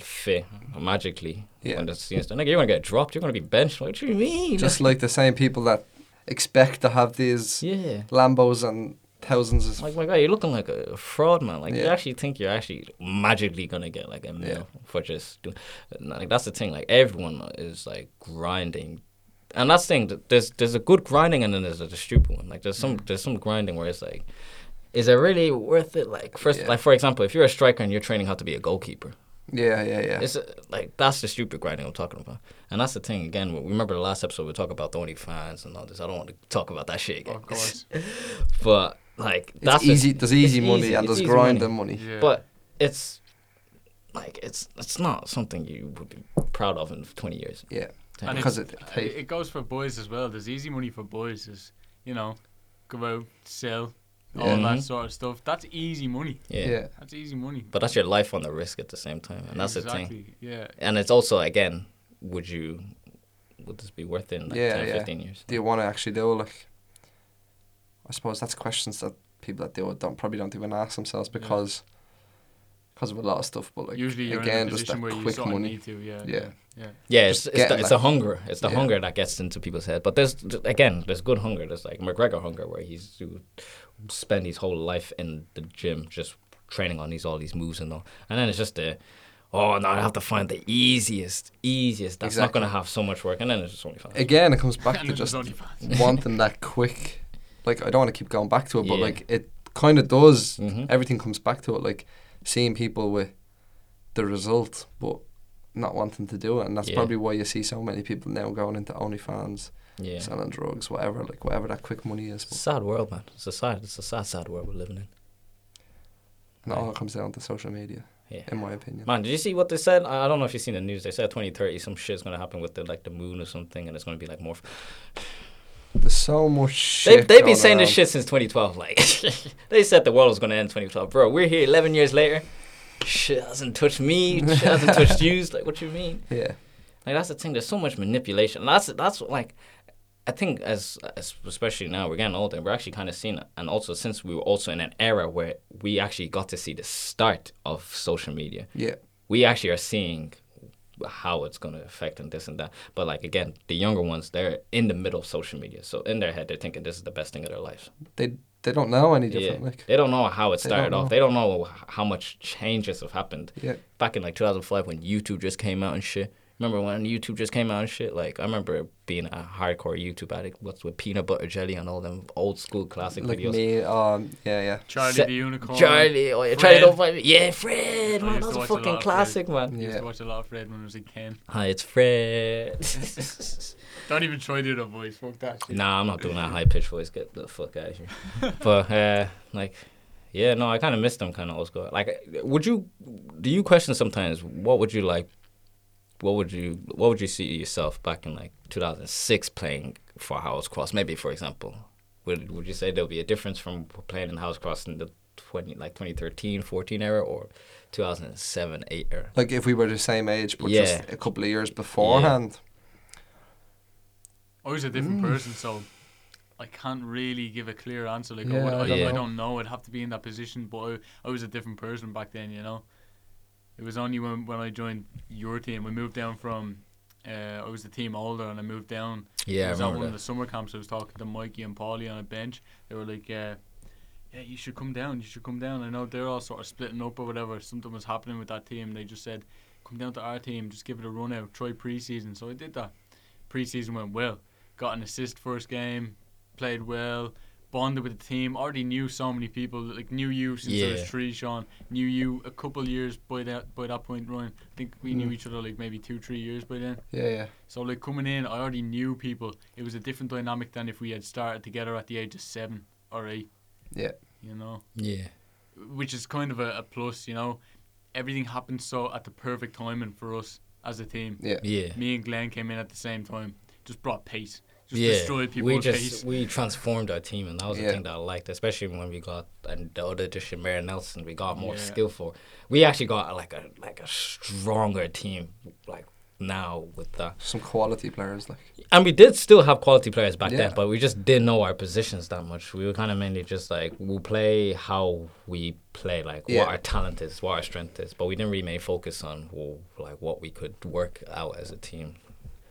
[SPEAKER 1] fit magically.
[SPEAKER 2] Yeah.
[SPEAKER 1] When the season starts, nigga, you're gonna get dropped. You're gonna be benched. What do you mean?
[SPEAKER 2] just like the same people that expect to have these
[SPEAKER 1] yeah.
[SPEAKER 2] Lambos and thousands of
[SPEAKER 1] Like my guy, you're looking like a fraud, man. Like you
[SPEAKER 2] Yeah.
[SPEAKER 1] actually think you're actually magically gonna get like a mil for just doing. Like that's the thing. Like everyone is like grinding, and that's the thing. th- There's there's a good grinding and then there's a the stupid one. Like there's some
[SPEAKER 2] Mm.
[SPEAKER 1] there's some grinding where it's like, is it really worth it? Like first,
[SPEAKER 2] Yeah.
[SPEAKER 1] like for example, if you're a striker and you're training how to be a goalkeeper,
[SPEAKER 2] yeah, yeah, yeah.
[SPEAKER 1] it's uh, like that's the stupid grinding I'm talking about, and that's the thing. Again, we remember the last episode we talked about the only fans and all this. I don't want to talk about that shit again.
[SPEAKER 3] Of course.
[SPEAKER 1] But like
[SPEAKER 2] It's
[SPEAKER 1] that's the-
[SPEAKER 2] easy. there's easy
[SPEAKER 1] it's
[SPEAKER 2] money
[SPEAKER 1] easy,
[SPEAKER 2] and
[SPEAKER 1] it's
[SPEAKER 2] there's
[SPEAKER 1] easy
[SPEAKER 2] grind
[SPEAKER 1] money.
[SPEAKER 2] and money.
[SPEAKER 3] yeah.
[SPEAKER 1] But it's like it's it's not something you would be proud of in twenty years.
[SPEAKER 2] Yeah,
[SPEAKER 1] And
[SPEAKER 2] because
[SPEAKER 3] it's-
[SPEAKER 2] it, take-
[SPEAKER 3] it goes for boys as well. There's easy money for boys. Is you know, go out, sell, all
[SPEAKER 1] Yeah.
[SPEAKER 2] Mm-hmm.
[SPEAKER 3] that
[SPEAKER 1] Mhm.
[SPEAKER 3] sort of stuff. That's easy money.
[SPEAKER 1] Yeah.
[SPEAKER 2] yeah.
[SPEAKER 3] That's easy money.
[SPEAKER 1] But that's your life on the risk at the same time, and that's the thing.
[SPEAKER 3] exactly. Yeah.
[SPEAKER 1] And it's also again, would you would this be worth it in like
[SPEAKER 2] Yeah,
[SPEAKER 1] 10,
[SPEAKER 2] yeah.
[SPEAKER 1] 15 years?
[SPEAKER 2] Do you want to actually do it? like? I suppose that's questions that people that do it don't probably don't even ask themselves
[SPEAKER 3] Yeah.
[SPEAKER 2] because because of a lot of stuff. But like
[SPEAKER 3] Usually you're
[SPEAKER 2] again,
[SPEAKER 3] in a
[SPEAKER 2] just that
[SPEAKER 3] position where you
[SPEAKER 2] quick
[SPEAKER 3] sort of
[SPEAKER 2] money.
[SPEAKER 3] need to. Yeah.
[SPEAKER 2] Yeah.
[SPEAKER 3] Yeah.
[SPEAKER 1] Yeah, it's
[SPEAKER 2] Just
[SPEAKER 1] it's, the,
[SPEAKER 2] getting
[SPEAKER 1] it's
[SPEAKER 2] that-
[SPEAKER 1] the hunger. It's the
[SPEAKER 2] Yeah.
[SPEAKER 1] hunger that gets into people's head. But there's again, there's good hunger. There's like McGregor hunger where he's he would spend his whole life in the gym just training on these all these moves and all. And then it's just the oh no, I have to find the easiest, easiest. That's not
[SPEAKER 2] Exactly.
[SPEAKER 1] gonna have so much work. And then it's just only fun.
[SPEAKER 2] Again, it comes back
[SPEAKER 3] And
[SPEAKER 2] to
[SPEAKER 3] it's
[SPEAKER 2] just
[SPEAKER 3] only fans.
[SPEAKER 2] wanting that quick. Like I don't want to keep going back to it, but
[SPEAKER 1] Yeah.
[SPEAKER 2] like it kind of does.
[SPEAKER 1] Mhm.
[SPEAKER 2] Everything comes back to it. Like seeing people with the result, but not wanting to do it, and that's
[SPEAKER 1] Yeah.
[SPEAKER 2] probably why you see so many people now going into OnlyFans,
[SPEAKER 1] Yeah.
[SPEAKER 2] selling drugs, whatever, like whatever that quick money is. But
[SPEAKER 1] Sad world, man. It's a sad, it's a sad, sad world we're living in.
[SPEAKER 2] and it all comes down to social media,
[SPEAKER 1] Yeah.
[SPEAKER 2] in my opinion.
[SPEAKER 1] Man, did you see what they said? I I don't know if you've seen the news. They said 2030, some shit's gonna happen with the like the moon or something, and it's gonna be like more.
[SPEAKER 2] There's so much
[SPEAKER 1] They
[SPEAKER 2] shit.
[SPEAKER 1] they've been
[SPEAKER 2] going
[SPEAKER 1] saying this
[SPEAKER 2] around.
[SPEAKER 1] shit since 2012. Like they said the world was gonna end in 2012, bro. We're here 11 years later. Shit hasn't touched me. Shit hasn't touched you. Like what you mean?
[SPEAKER 2] Yeah,
[SPEAKER 1] Like that's the thing. There's so much manipulation. And that's that's what, like, I think as, as especially now we're getting older, we're actually kind of seeing it. And also since we were also in an era where we actually got to see the start of social media,
[SPEAKER 2] yeah.
[SPEAKER 1] we actually are seeing how it's going to affect and this and that. But like again, the younger ones, they're in the middle of social media, so in their head, they're thinking this is the best thing of their life.
[SPEAKER 2] They they don't know any
[SPEAKER 1] Yeah.
[SPEAKER 2] different. Like
[SPEAKER 1] They don't know how it
[SPEAKER 2] They don't
[SPEAKER 1] started
[SPEAKER 2] know.
[SPEAKER 1] off. They don't know h- how much changes have happened.
[SPEAKER 2] yeah,
[SPEAKER 1] Back in like 2005 when YouTube just came out and shit. Remember when YouTube just came out and shit? Like I remember being a hardcore YouTube addict. What's with peanut butter jelly and all them old school classic
[SPEAKER 2] like
[SPEAKER 1] videos.
[SPEAKER 2] me. Um, yeah, yeah.
[SPEAKER 3] Charlie
[SPEAKER 1] Se-
[SPEAKER 3] the Unicorn.
[SPEAKER 1] Charlie, oh yeah, Charlie
[SPEAKER 3] Fred.
[SPEAKER 1] don't fight me. Yeah, Fred,
[SPEAKER 3] I
[SPEAKER 1] man,
[SPEAKER 3] used
[SPEAKER 1] that was a
[SPEAKER 3] to watch a lot
[SPEAKER 1] fucking
[SPEAKER 3] of Fred.
[SPEAKER 1] classic,
[SPEAKER 3] I
[SPEAKER 1] man.
[SPEAKER 3] used
[SPEAKER 2] Yeah.
[SPEAKER 3] to watch a lot of Fred when I was a kid.
[SPEAKER 1] Hi, it's Fred.
[SPEAKER 3] Don't even try to do that voice. Fuck that shit.
[SPEAKER 1] Nah, I'm not doing that high pitched voice. Get the fuck out of here. but uh, like, yeah, no, I kind of miss them kind of old school. Like, would you? Do you question sometimes? What would you like? What would you? What would you see yourself back in like 2006 playing for House Cross? Maybe for example, would would you say there'll be a difference from playing in House Cross in the 20 like 2013, 14 era or 2007, 8 era?
[SPEAKER 2] Like if we were the same age, but just
[SPEAKER 1] Yeah.
[SPEAKER 2] a couple of years beforehand.
[SPEAKER 3] I was a different
[SPEAKER 2] Mm.
[SPEAKER 3] person, so I can't really give a clear answer. Like, I, would,
[SPEAKER 2] Yeah,
[SPEAKER 1] I don't
[SPEAKER 3] I, I
[SPEAKER 1] know.
[SPEAKER 3] don't know. I'd have to be in that position, but I, I was a different person back then, you know? It was only when, when I joined your team. We moved down from, uh, I was the team older, and I moved down.
[SPEAKER 1] Yeah,
[SPEAKER 3] I
[SPEAKER 1] I
[SPEAKER 3] was at one
[SPEAKER 1] remember
[SPEAKER 3] of the
[SPEAKER 1] that.
[SPEAKER 3] summer camps. I was talking to Mikey and Paulie on a bench. They were like, uh, yeah, you should come down. You should come down. I know they're all sort of splitting up or whatever. Something was happening with that team. They just said, come down to our team, just give it a run out, try preseason. So I did that. Preseason went well. Got an assist first game, played well, bonded with the team. Already knew so many people. Like knew you since I was
[SPEAKER 1] Yeah.
[SPEAKER 3] three, Sean. Knew you a couple years by that by that point, Ryan. I think we knew
[SPEAKER 2] Mm.
[SPEAKER 3] each other like maybe two, three years by then.
[SPEAKER 2] Yeah, yeah.
[SPEAKER 3] So like coming in, I already knew people. It was a different dynamic than if we had started together at the age of seven or eight.
[SPEAKER 2] Yeah.
[SPEAKER 3] You know
[SPEAKER 1] Yeah.
[SPEAKER 3] which is kind of a, a plus, you know. Everything happened so at the perfect timing for us as a team.
[SPEAKER 2] Yeah.
[SPEAKER 1] Yeah.
[SPEAKER 3] Me and Glenn came in at the same time, just brought pace, just
[SPEAKER 1] yeah,
[SPEAKER 3] destroyed people
[SPEAKER 1] we
[SPEAKER 3] with
[SPEAKER 1] just
[SPEAKER 3] pace.
[SPEAKER 1] we transformed our team, and that was
[SPEAKER 2] Yeah.
[SPEAKER 1] the thing that I liked, especially when we got and the other addition, Mary Nelson. We got more
[SPEAKER 3] Yeah.
[SPEAKER 1] skillful. We actually got like a like a stronger team, like now with that.
[SPEAKER 2] Some quality players like
[SPEAKER 1] And we did still have quality players back
[SPEAKER 2] Yeah.
[SPEAKER 1] then, but we just didn't know our positions that much. We were kind of mainly just like we'll play how we play, like
[SPEAKER 2] Yeah.
[SPEAKER 1] what our talent is, what our strength is, but we didn't really mainly focus on well, like what we could work out as a team.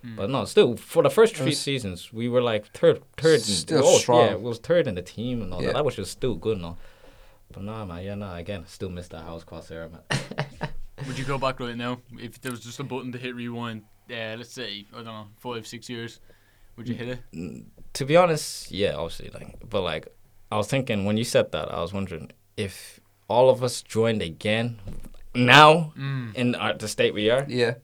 [SPEAKER 1] But no, still for the first three
[SPEAKER 2] Hmm. was-
[SPEAKER 1] seasons, we were like third, third, in-
[SPEAKER 2] Still
[SPEAKER 1] oh,
[SPEAKER 2] strong.
[SPEAKER 1] Yeah, we was third in the team and all
[SPEAKER 2] Yeah.
[SPEAKER 1] that. That was just still good and all. But nah, man, yeah, nah. Again, still miss that house cross era, man.
[SPEAKER 3] Would you go back right now if there was just a button to hit rewind? Uh, let's say I don't know five, six years. Would you hit it?
[SPEAKER 1] to be honest, yeah, obviously, like, but like, I was thinking when you said that, I was wondering if all of us joined again now
[SPEAKER 3] Mm.
[SPEAKER 1] in our, the state we are.
[SPEAKER 2] yeah.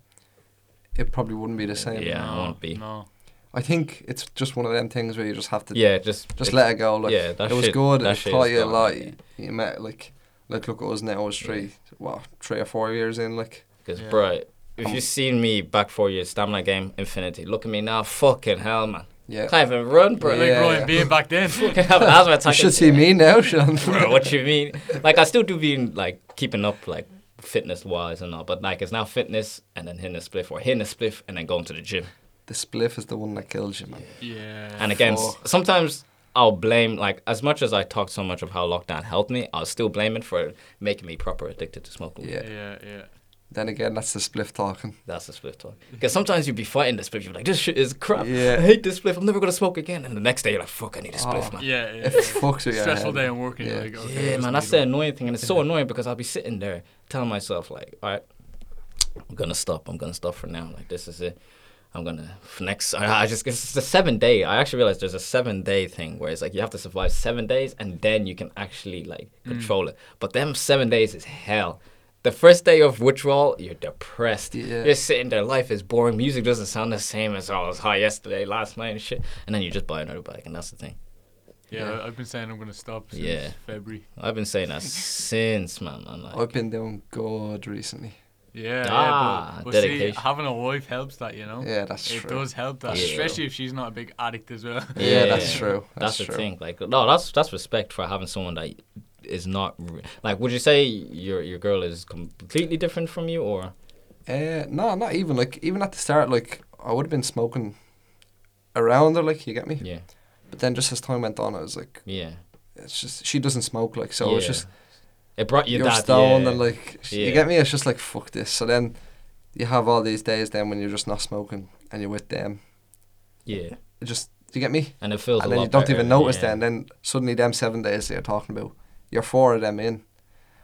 [SPEAKER 2] It probably wouldn't be the same.
[SPEAKER 1] Yeah. it
[SPEAKER 3] Mm. no,
[SPEAKER 1] won't be.
[SPEAKER 3] No.
[SPEAKER 2] I think it's just one of them things where you just have to
[SPEAKER 1] Yeah, just
[SPEAKER 2] just
[SPEAKER 1] it-
[SPEAKER 2] let it go. Like
[SPEAKER 1] yeah, that
[SPEAKER 2] it was
[SPEAKER 1] shit-
[SPEAKER 2] good.
[SPEAKER 1] that
[SPEAKER 2] It
[SPEAKER 1] shit
[SPEAKER 2] taught
[SPEAKER 1] is
[SPEAKER 2] you a
[SPEAKER 1] gone,
[SPEAKER 2] lot.
[SPEAKER 1] yeah.
[SPEAKER 2] You met like like look at us now. It's three well three or four years in. Like
[SPEAKER 1] Because,
[SPEAKER 3] Yeah.
[SPEAKER 1] bro, if
[SPEAKER 2] Um,
[SPEAKER 1] you've seen me back four years, stamina game, infinity. Look at me now, fucking hell, man.
[SPEAKER 2] yeah,
[SPEAKER 1] Can't even run, bro.
[SPEAKER 3] Like
[SPEAKER 2] Yeah.
[SPEAKER 3] Ryan being back then.
[SPEAKER 1] That's what I
[SPEAKER 2] you should see me now, Sean.
[SPEAKER 1] bro, what you mean? Like, I still do be like keeping up, like fitness wise and all, but like it's now fitness and then hitting a spliff or hitting a spliff and then going to the gym.
[SPEAKER 2] the spliff is the one that kills you, man.
[SPEAKER 3] yeah.
[SPEAKER 1] And again,
[SPEAKER 2] Fuck.
[SPEAKER 1] s- sometimes I'll blame like as much as I talk so much of how lockdown helped me, I'll still blame it for making me proper addicted to smoking.
[SPEAKER 2] Yeah.
[SPEAKER 3] yeah, yeah.
[SPEAKER 2] Then again, that's the spliff talking.
[SPEAKER 1] That's the split talk. Because sometimes you'd be fighting the split, you're like, this shit is crap.
[SPEAKER 2] Yeah.
[SPEAKER 1] I hate this spliff. I'm never gonna smoke again. And the next day you're like, fuck, I need a spliff,
[SPEAKER 2] Oh.
[SPEAKER 1] man.
[SPEAKER 3] Yeah, yeah.
[SPEAKER 2] It fucks with your
[SPEAKER 3] Stressful
[SPEAKER 2] head.
[SPEAKER 3] day in working.
[SPEAKER 2] Yeah.
[SPEAKER 3] Yeah, like, okay,
[SPEAKER 1] yeah,
[SPEAKER 3] this
[SPEAKER 1] man,
[SPEAKER 3] is
[SPEAKER 1] that's the
[SPEAKER 3] gonna
[SPEAKER 1] annoying thing, and it's so annoying because I'll be sitting there telling myself like, all right, I'm gonna stop. I'm gonna stop for now. Like this is it. I'm gonna for next. I, I just it's a seven day. I actually realized there's a seven day thing where it's like you have to survive seven days and then you can actually like control it. But them seven days is hell. The first day of withdrawal, you're depressed.
[SPEAKER 2] Yeah.
[SPEAKER 1] You're sitting there, life is boring, music doesn't sound the same as I was high yesterday, last night, and shit. And then you just buy another bike, and that's the thing.
[SPEAKER 3] Yeah,
[SPEAKER 2] Yeah.
[SPEAKER 3] I- I've been saying I'm gonna stop since
[SPEAKER 1] Yeah.
[SPEAKER 3] February.
[SPEAKER 1] I've been saying that since, man. I'm like,
[SPEAKER 2] I've been doing good recently.
[SPEAKER 3] Yeah,
[SPEAKER 1] Ah,
[SPEAKER 3] yeah, but, but see,
[SPEAKER 1] dedication.
[SPEAKER 3] having a wife helps that, you know.
[SPEAKER 2] Yeah, that's
[SPEAKER 3] it
[SPEAKER 2] true.
[SPEAKER 3] does help that,
[SPEAKER 1] Yeah.
[SPEAKER 3] especially if she's not a big addict as well.
[SPEAKER 2] Yeah, that's true.
[SPEAKER 1] That's,
[SPEAKER 2] That's
[SPEAKER 1] the
[SPEAKER 2] true.
[SPEAKER 1] thing. Like, no, that's that's respect for having someone that is not re- like. Would you say your your girl is completely different from you, or
[SPEAKER 2] Uh, no, not even like even at the start. Like I would have been smoking around her. Like you get me.
[SPEAKER 1] yeah,
[SPEAKER 2] But then just as time went on, I was like,
[SPEAKER 1] yeah?
[SPEAKER 2] it's just she doesn't smoke. Like so, it's
[SPEAKER 1] Yeah.
[SPEAKER 2] just
[SPEAKER 1] It brought you
[SPEAKER 2] you're
[SPEAKER 1] that.
[SPEAKER 2] stoned
[SPEAKER 1] yeah.
[SPEAKER 2] and like sh-
[SPEAKER 1] Yeah.
[SPEAKER 2] you get me. It's just like fuck this. So then you have all these days then when you're just not smoking and you're with them.
[SPEAKER 1] yeah,
[SPEAKER 2] It just you get me.
[SPEAKER 1] and it feels.
[SPEAKER 2] and
[SPEAKER 1] a
[SPEAKER 2] then
[SPEAKER 1] lot
[SPEAKER 2] you don't
[SPEAKER 1] better,
[SPEAKER 2] even notice
[SPEAKER 1] yeah.
[SPEAKER 2] then. Then suddenly them seven days that you're talking about, you're four of them in.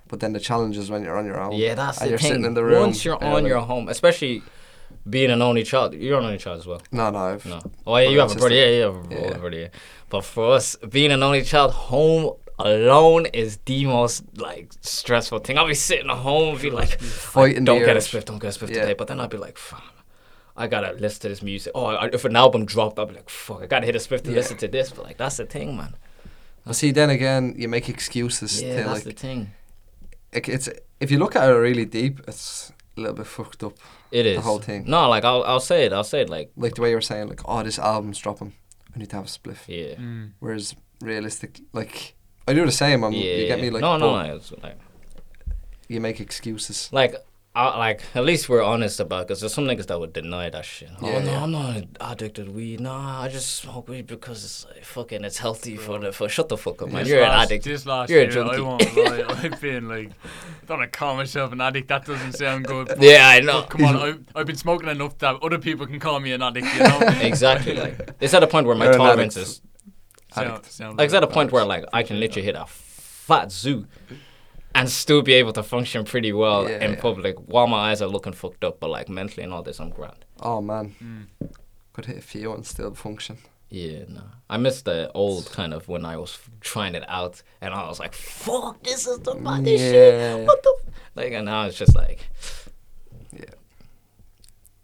[SPEAKER 2] But then the challenge is when you're on your own.
[SPEAKER 1] Yeah, that's
[SPEAKER 2] and
[SPEAKER 1] the
[SPEAKER 2] you're
[SPEAKER 1] thing.
[SPEAKER 2] sitting in the room.
[SPEAKER 1] Once you're
[SPEAKER 2] and
[SPEAKER 1] on
[SPEAKER 2] like-
[SPEAKER 1] your home, especially being an only child, you're an only child as well.
[SPEAKER 2] No, no, I've,
[SPEAKER 1] No. Oh yeah, you
[SPEAKER 2] Brother
[SPEAKER 1] have a
[SPEAKER 2] and
[SPEAKER 1] brother. Yeah,
[SPEAKER 2] sister.
[SPEAKER 1] yeah, you have a
[SPEAKER 2] Yeah.
[SPEAKER 1] brother, brother. Yeah. But for us, being an only child, home alone is the most like stressful thing. I'll be sitting at home and be like,
[SPEAKER 2] Fighting
[SPEAKER 1] don't
[SPEAKER 2] the
[SPEAKER 1] get a
[SPEAKER 2] urge.
[SPEAKER 1] spiff, don't get a spiff
[SPEAKER 2] Yeah.
[SPEAKER 1] today. But then I'd be like, fuck. I gotta listen to this music. Oh, I, if an album dropped, I'd be like, fuck, I gotta hit a spiff to
[SPEAKER 2] Yeah.
[SPEAKER 1] listen to this. But like, that's the thing, man.
[SPEAKER 2] But see, then again, you make excuses.
[SPEAKER 1] Yeah,
[SPEAKER 2] to,
[SPEAKER 1] that's
[SPEAKER 2] like,
[SPEAKER 1] the thing.
[SPEAKER 2] it- it's if you look at it really deep, it's a little bit fucked up.
[SPEAKER 1] It is
[SPEAKER 2] whole thing.
[SPEAKER 1] No, like I'll, I'll say it. I'll say it. Like,
[SPEAKER 2] Like the way you were saying, like, oh, this album's dropping, I need to have a spliff.
[SPEAKER 1] yeah,
[SPEAKER 3] Mm.
[SPEAKER 2] Whereas realistic, like, I do the same. I'm,
[SPEAKER 1] yeah.
[SPEAKER 2] Um, you get me? Like,
[SPEAKER 1] no, no,
[SPEAKER 2] but
[SPEAKER 1] no. It's like,
[SPEAKER 2] You make excuses.
[SPEAKER 1] like I, like at least we're honest about because there's some niggas that would deny that shit. oh
[SPEAKER 2] Yeah,
[SPEAKER 1] no,
[SPEAKER 2] yeah.
[SPEAKER 1] I'm not addicted to weed. Nah, I just smoke weed because it's like, fucking it's healthy for the for shut the fuck up, man.
[SPEAKER 3] This
[SPEAKER 1] You're an
[SPEAKER 3] last-
[SPEAKER 1] addict.
[SPEAKER 3] This last
[SPEAKER 1] You're a
[SPEAKER 3] year, I
[SPEAKER 1] junkie.
[SPEAKER 3] won't lie, I've been like, I don't want to call myself an addict. That doesn't sound good. but-
[SPEAKER 1] Yeah, I know.
[SPEAKER 3] but come on, I've, I've been smoking enough that other people can call me an addict. You know,
[SPEAKER 1] exactly. Like it's at a point where my
[SPEAKER 2] You're an
[SPEAKER 1] tolerance
[SPEAKER 2] addict.
[SPEAKER 1] is
[SPEAKER 3] Sound,
[SPEAKER 2] Addict.
[SPEAKER 3] sound
[SPEAKER 1] like it's at a
[SPEAKER 3] good.
[SPEAKER 1] point where like I can literally hit a fat zoo and still be able to function pretty well
[SPEAKER 2] Yeah,
[SPEAKER 1] in
[SPEAKER 2] yeah.
[SPEAKER 1] public while my eyes are looking fucked up, but like mentally and all this, I'm grand.
[SPEAKER 2] Oh man,
[SPEAKER 3] Mm.
[SPEAKER 2] could hit a few and still function.
[SPEAKER 1] Yeah, no. I miss the old kind of when I was f- trying it out and I was like, fuck, this is the body
[SPEAKER 2] Yeah.
[SPEAKER 1] shit. What the f-? Like, and now it's just like,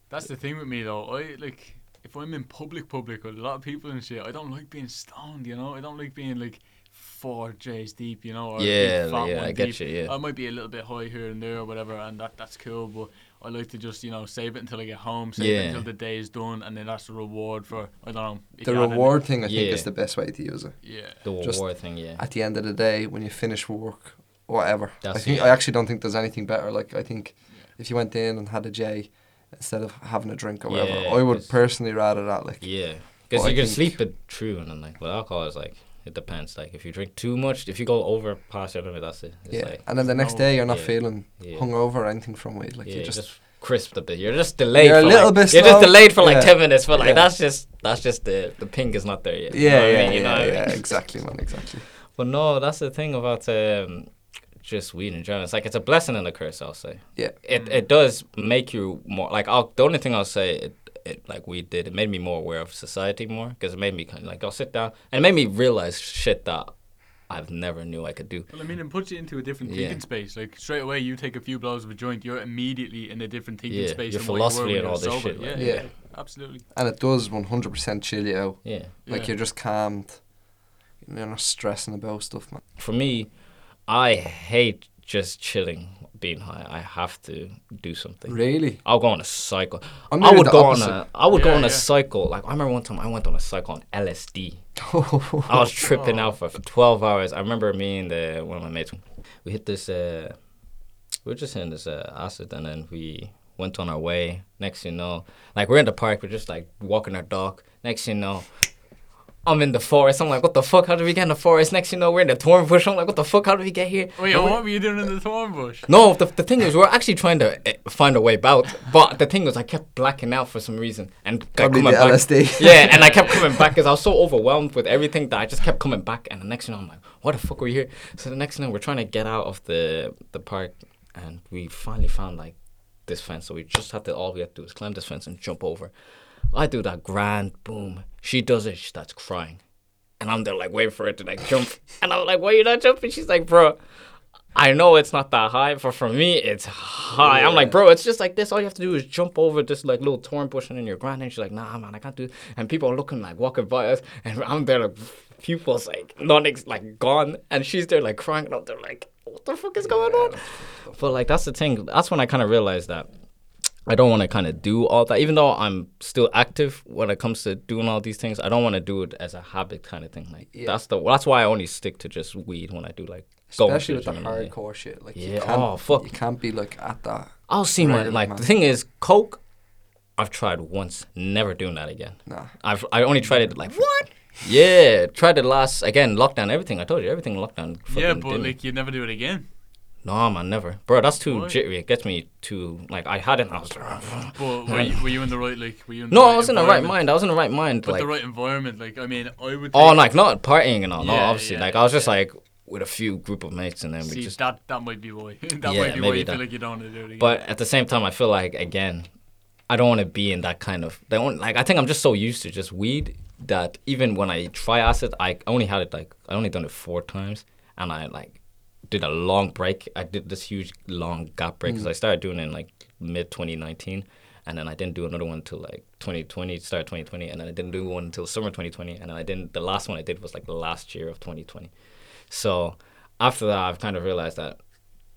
[SPEAKER 3] That's the thing with me though. I like if I'm in public, public with a lot of people and shit. I don't like being stoned. You know, I don't like being like four J's deep. You know, or
[SPEAKER 1] Yeah,
[SPEAKER 3] being fat
[SPEAKER 1] yeah,
[SPEAKER 3] one
[SPEAKER 1] I get
[SPEAKER 3] deep.
[SPEAKER 1] you, yeah.
[SPEAKER 3] I might be a little bit high here and there or whatever, and that that's cool. But I like to just you know save it until I get home, save
[SPEAKER 1] Yeah.
[SPEAKER 3] it until the day is done, and then that's the reward for I don't know. if
[SPEAKER 2] The
[SPEAKER 3] you had an-
[SPEAKER 2] reward thing, I think,
[SPEAKER 1] Yeah.
[SPEAKER 2] is the best way to use it.
[SPEAKER 3] Yeah.
[SPEAKER 1] the
[SPEAKER 2] Just-
[SPEAKER 1] war thing, yeah.
[SPEAKER 2] At the end of the day, when you finish work, whatever. I
[SPEAKER 1] That's
[SPEAKER 2] think
[SPEAKER 1] it.
[SPEAKER 2] I actually don't think there's anything better. Like I think if you went in and had a J instead of having a drink or whatever,
[SPEAKER 1] Yeah,
[SPEAKER 2] I would
[SPEAKER 1] 'cause-
[SPEAKER 2] personally rather that. Like
[SPEAKER 1] Yeah. Because
[SPEAKER 2] Well,
[SPEAKER 1] you
[SPEAKER 2] I
[SPEAKER 1] can
[SPEAKER 2] think-
[SPEAKER 1] sleep it through and then, like, with alcohol, it's like, it depends. Like, if you drink too much, if you go over past your limit, that's it. It's
[SPEAKER 2] yeah,
[SPEAKER 1] like,
[SPEAKER 2] and then the next
[SPEAKER 3] no-
[SPEAKER 2] day you're not
[SPEAKER 1] yeah,
[SPEAKER 2] feeling
[SPEAKER 1] yeah.
[SPEAKER 2] hungover or anything from weed. Like
[SPEAKER 1] yeah,
[SPEAKER 2] you
[SPEAKER 1] you're
[SPEAKER 2] just,
[SPEAKER 1] just, crisped a bit. You're just delayed.
[SPEAKER 2] You're a
[SPEAKER 1] for,
[SPEAKER 2] little
[SPEAKER 1] like-
[SPEAKER 2] bit
[SPEAKER 1] You're just
[SPEAKER 2] slow.
[SPEAKER 1] delayed for like
[SPEAKER 2] Yeah.
[SPEAKER 1] 10 minutes, but like,
[SPEAKER 2] Yeah.
[SPEAKER 1] that's just, that's just the, the pink is not there yet. You know
[SPEAKER 2] yeah,
[SPEAKER 1] what I
[SPEAKER 2] yeah,
[SPEAKER 1] mean? You know
[SPEAKER 2] yeah,
[SPEAKER 1] what I
[SPEAKER 2] yeah,
[SPEAKER 1] mean?
[SPEAKER 2] exactly, man, exactly.
[SPEAKER 1] But no, that's the thing about um, just weed in general. It's like it's a blessing and a curse. I'll say
[SPEAKER 2] Yeah,
[SPEAKER 1] it. It does make you more like. I'll, the only thing I'll say, it, it like we did, it made me more aware of society more because it made me kind of like I'll sit down and it made me realize shit that I've never knew I could do.
[SPEAKER 3] Well, I mean, it puts you into a different
[SPEAKER 1] Yeah.
[SPEAKER 3] thinking space. Like straight away, you take a few blows of a joint, you're immediately in a different thinking
[SPEAKER 1] Yeah,
[SPEAKER 3] space.
[SPEAKER 1] your
[SPEAKER 3] than what you were
[SPEAKER 1] philosophy
[SPEAKER 3] when
[SPEAKER 1] and
[SPEAKER 3] you were
[SPEAKER 1] all this
[SPEAKER 3] sober.
[SPEAKER 1] shit, like-
[SPEAKER 3] Yeah, yeah,
[SPEAKER 2] Yeah.
[SPEAKER 3] absolutely.
[SPEAKER 2] and it does 100% chill you out.
[SPEAKER 1] Yeah.
[SPEAKER 2] Like
[SPEAKER 3] Yeah.
[SPEAKER 2] you're just calmed. You're not stressing about stuff, man.
[SPEAKER 1] For me, I hate just chilling, being high. I have to do something.
[SPEAKER 2] Really?
[SPEAKER 1] I'll go on a cycle.
[SPEAKER 2] I'm
[SPEAKER 1] I
[SPEAKER 2] nearly
[SPEAKER 1] would
[SPEAKER 2] the
[SPEAKER 1] go on a.
[SPEAKER 2] opposite.
[SPEAKER 1] I would go
[SPEAKER 3] Yeah,
[SPEAKER 1] on a
[SPEAKER 3] yeah.
[SPEAKER 1] cycle. Like I remember one time I went on a cycle on LSD. I was tripping
[SPEAKER 3] Oh.
[SPEAKER 1] out for 12 hours. I remember me and the, one of my mates, we hit this, uh, we were just in this uh, acid, and then we went on our way. Next thing you know, like we're in the park, we're just like walking our dog. Next thing you know, I'm in the forest. I'm like, what the fuck? How did we get in the forest? Next thing you know, we're in the thorn bush. I'm like, what the fuck? How did we get here?
[SPEAKER 3] Wait,
[SPEAKER 1] And we-
[SPEAKER 3] what were you doing in the thorn bush?
[SPEAKER 1] no, the, the thing is, we are actually trying to eh, find a way out, but the thing was, I kept blacking out for some reason, and kept
[SPEAKER 2] Probably
[SPEAKER 1] coming
[SPEAKER 2] the
[SPEAKER 1] back.
[SPEAKER 2] LSD.
[SPEAKER 1] Yeah, and I kept coming back because I was so overwhelmed with everything that I just kept coming back. And the next thing I'm like, "What the fuck are we here?" So the next thing we're trying to get out of the the park, and we finally found like this fence. So we just had to all we had to do is climb this fence and jump over. I do that grand boom. She does it. She starts crying. And I'm there like waiting for her to like jump. And I'm like, why you not jumping? She's like, bro, I know it's not that high, but for me, it's high. I'm like,
[SPEAKER 2] Yeah.
[SPEAKER 1] bro, it's just like this. All you have to do is jump over this like little thorn bush and then you're grinding. She's like, nah, man, I can't do. It. And people are looking like walking by us, and I'm there like pupils like non ex- like gone, and she's there like crying, and I'm there like, what the fuck is going on? But like that's the thing. That's when I kind of realized that I don't want to kind of do all that. Even though I'm still active when it comes to doing all these things, I don't want to do it as a habit kind of thing. Like
[SPEAKER 2] Yeah.
[SPEAKER 1] that's the that's why I only stick to just weed when I do like going
[SPEAKER 2] Especially
[SPEAKER 1] to
[SPEAKER 2] with the
[SPEAKER 1] gym and, like,
[SPEAKER 2] hardcore shit. Like you
[SPEAKER 1] Yeah,
[SPEAKER 2] can't,
[SPEAKER 1] oh, fuck.
[SPEAKER 2] you can't be like at that.
[SPEAKER 1] I'll Oh, see my
[SPEAKER 2] Right,
[SPEAKER 1] like
[SPEAKER 2] man.
[SPEAKER 1] the thing is coke. I've tried once, never doing that again.
[SPEAKER 2] Nah.
[SPEAKER 1] I've I only tried it like what? Yeah, tried it last again lockdown. Everything I told you, everything lockdown.
[SPEAKER 3] yeah,
[SPEAKER 1] fucking
[SPEAKER 3] but
[SPEAKER 1] did me.
[SPEAKER 3] like you'd never do it again.
[SPEAKER 1] no man, never, bro. That's too
[SPEAKER 3] Why?
[SPEAKER 1] jittery. It gets me too like I had it. And I was like,
[SPEAKER 3] But were you, were you in the right like? Were you in
[SPEAKER 1] no,
[SPEAKER 3] the
[SPEAKER 1] I was in the right
[SPEAKER 3] environment?
[SPEAKER 1] mind. I was in the right mind.
[SPEAKER 3] But
[SPEAKER 1] like
[SPEAKER 3] the right environment, like I mean, I would.
[SPEAKER 1] Oh,
[SPEAKER 3] think-
[SPEAKER 1] like not partying and all. no,
[SPEAKER 3] Yeah,
[SPEAKER 1] obviously.
[SPEAKER 3] yeah,
[SPEAKER 1] like I was just
[SPEAKER 3] yeah.
[SPEAKER 1] like with a few group of mates, and then we
[SPEAKER 3] See,
[SPEAKER 1] just.
[SPEAKER 3] that that might be why. that
[SPEAKER 1] Yeah,
[SPEAKER 3] might be why
[SPEAKER 1] maybe
[SPEAKER 3] you
[SPEAKER 1] that.
[SPEAKER 3] feel like you don't want to do it again.
[SPEAKER 1] But at the same time, I feel like again, I don't want to be in that kind of. They don't, like I think I'm just so used to just weed that even when I try acid, I only had it like I only done it four times, and I like did a long break. I did this huge long gap break because I started doing it in like mid 2019. And then I didn't do another one until like 2020, start 2020, and then I didn't do one until summer 2020, and then I didn't. The last one I did was like the last year of 2020. So after that, I've kind of realized that,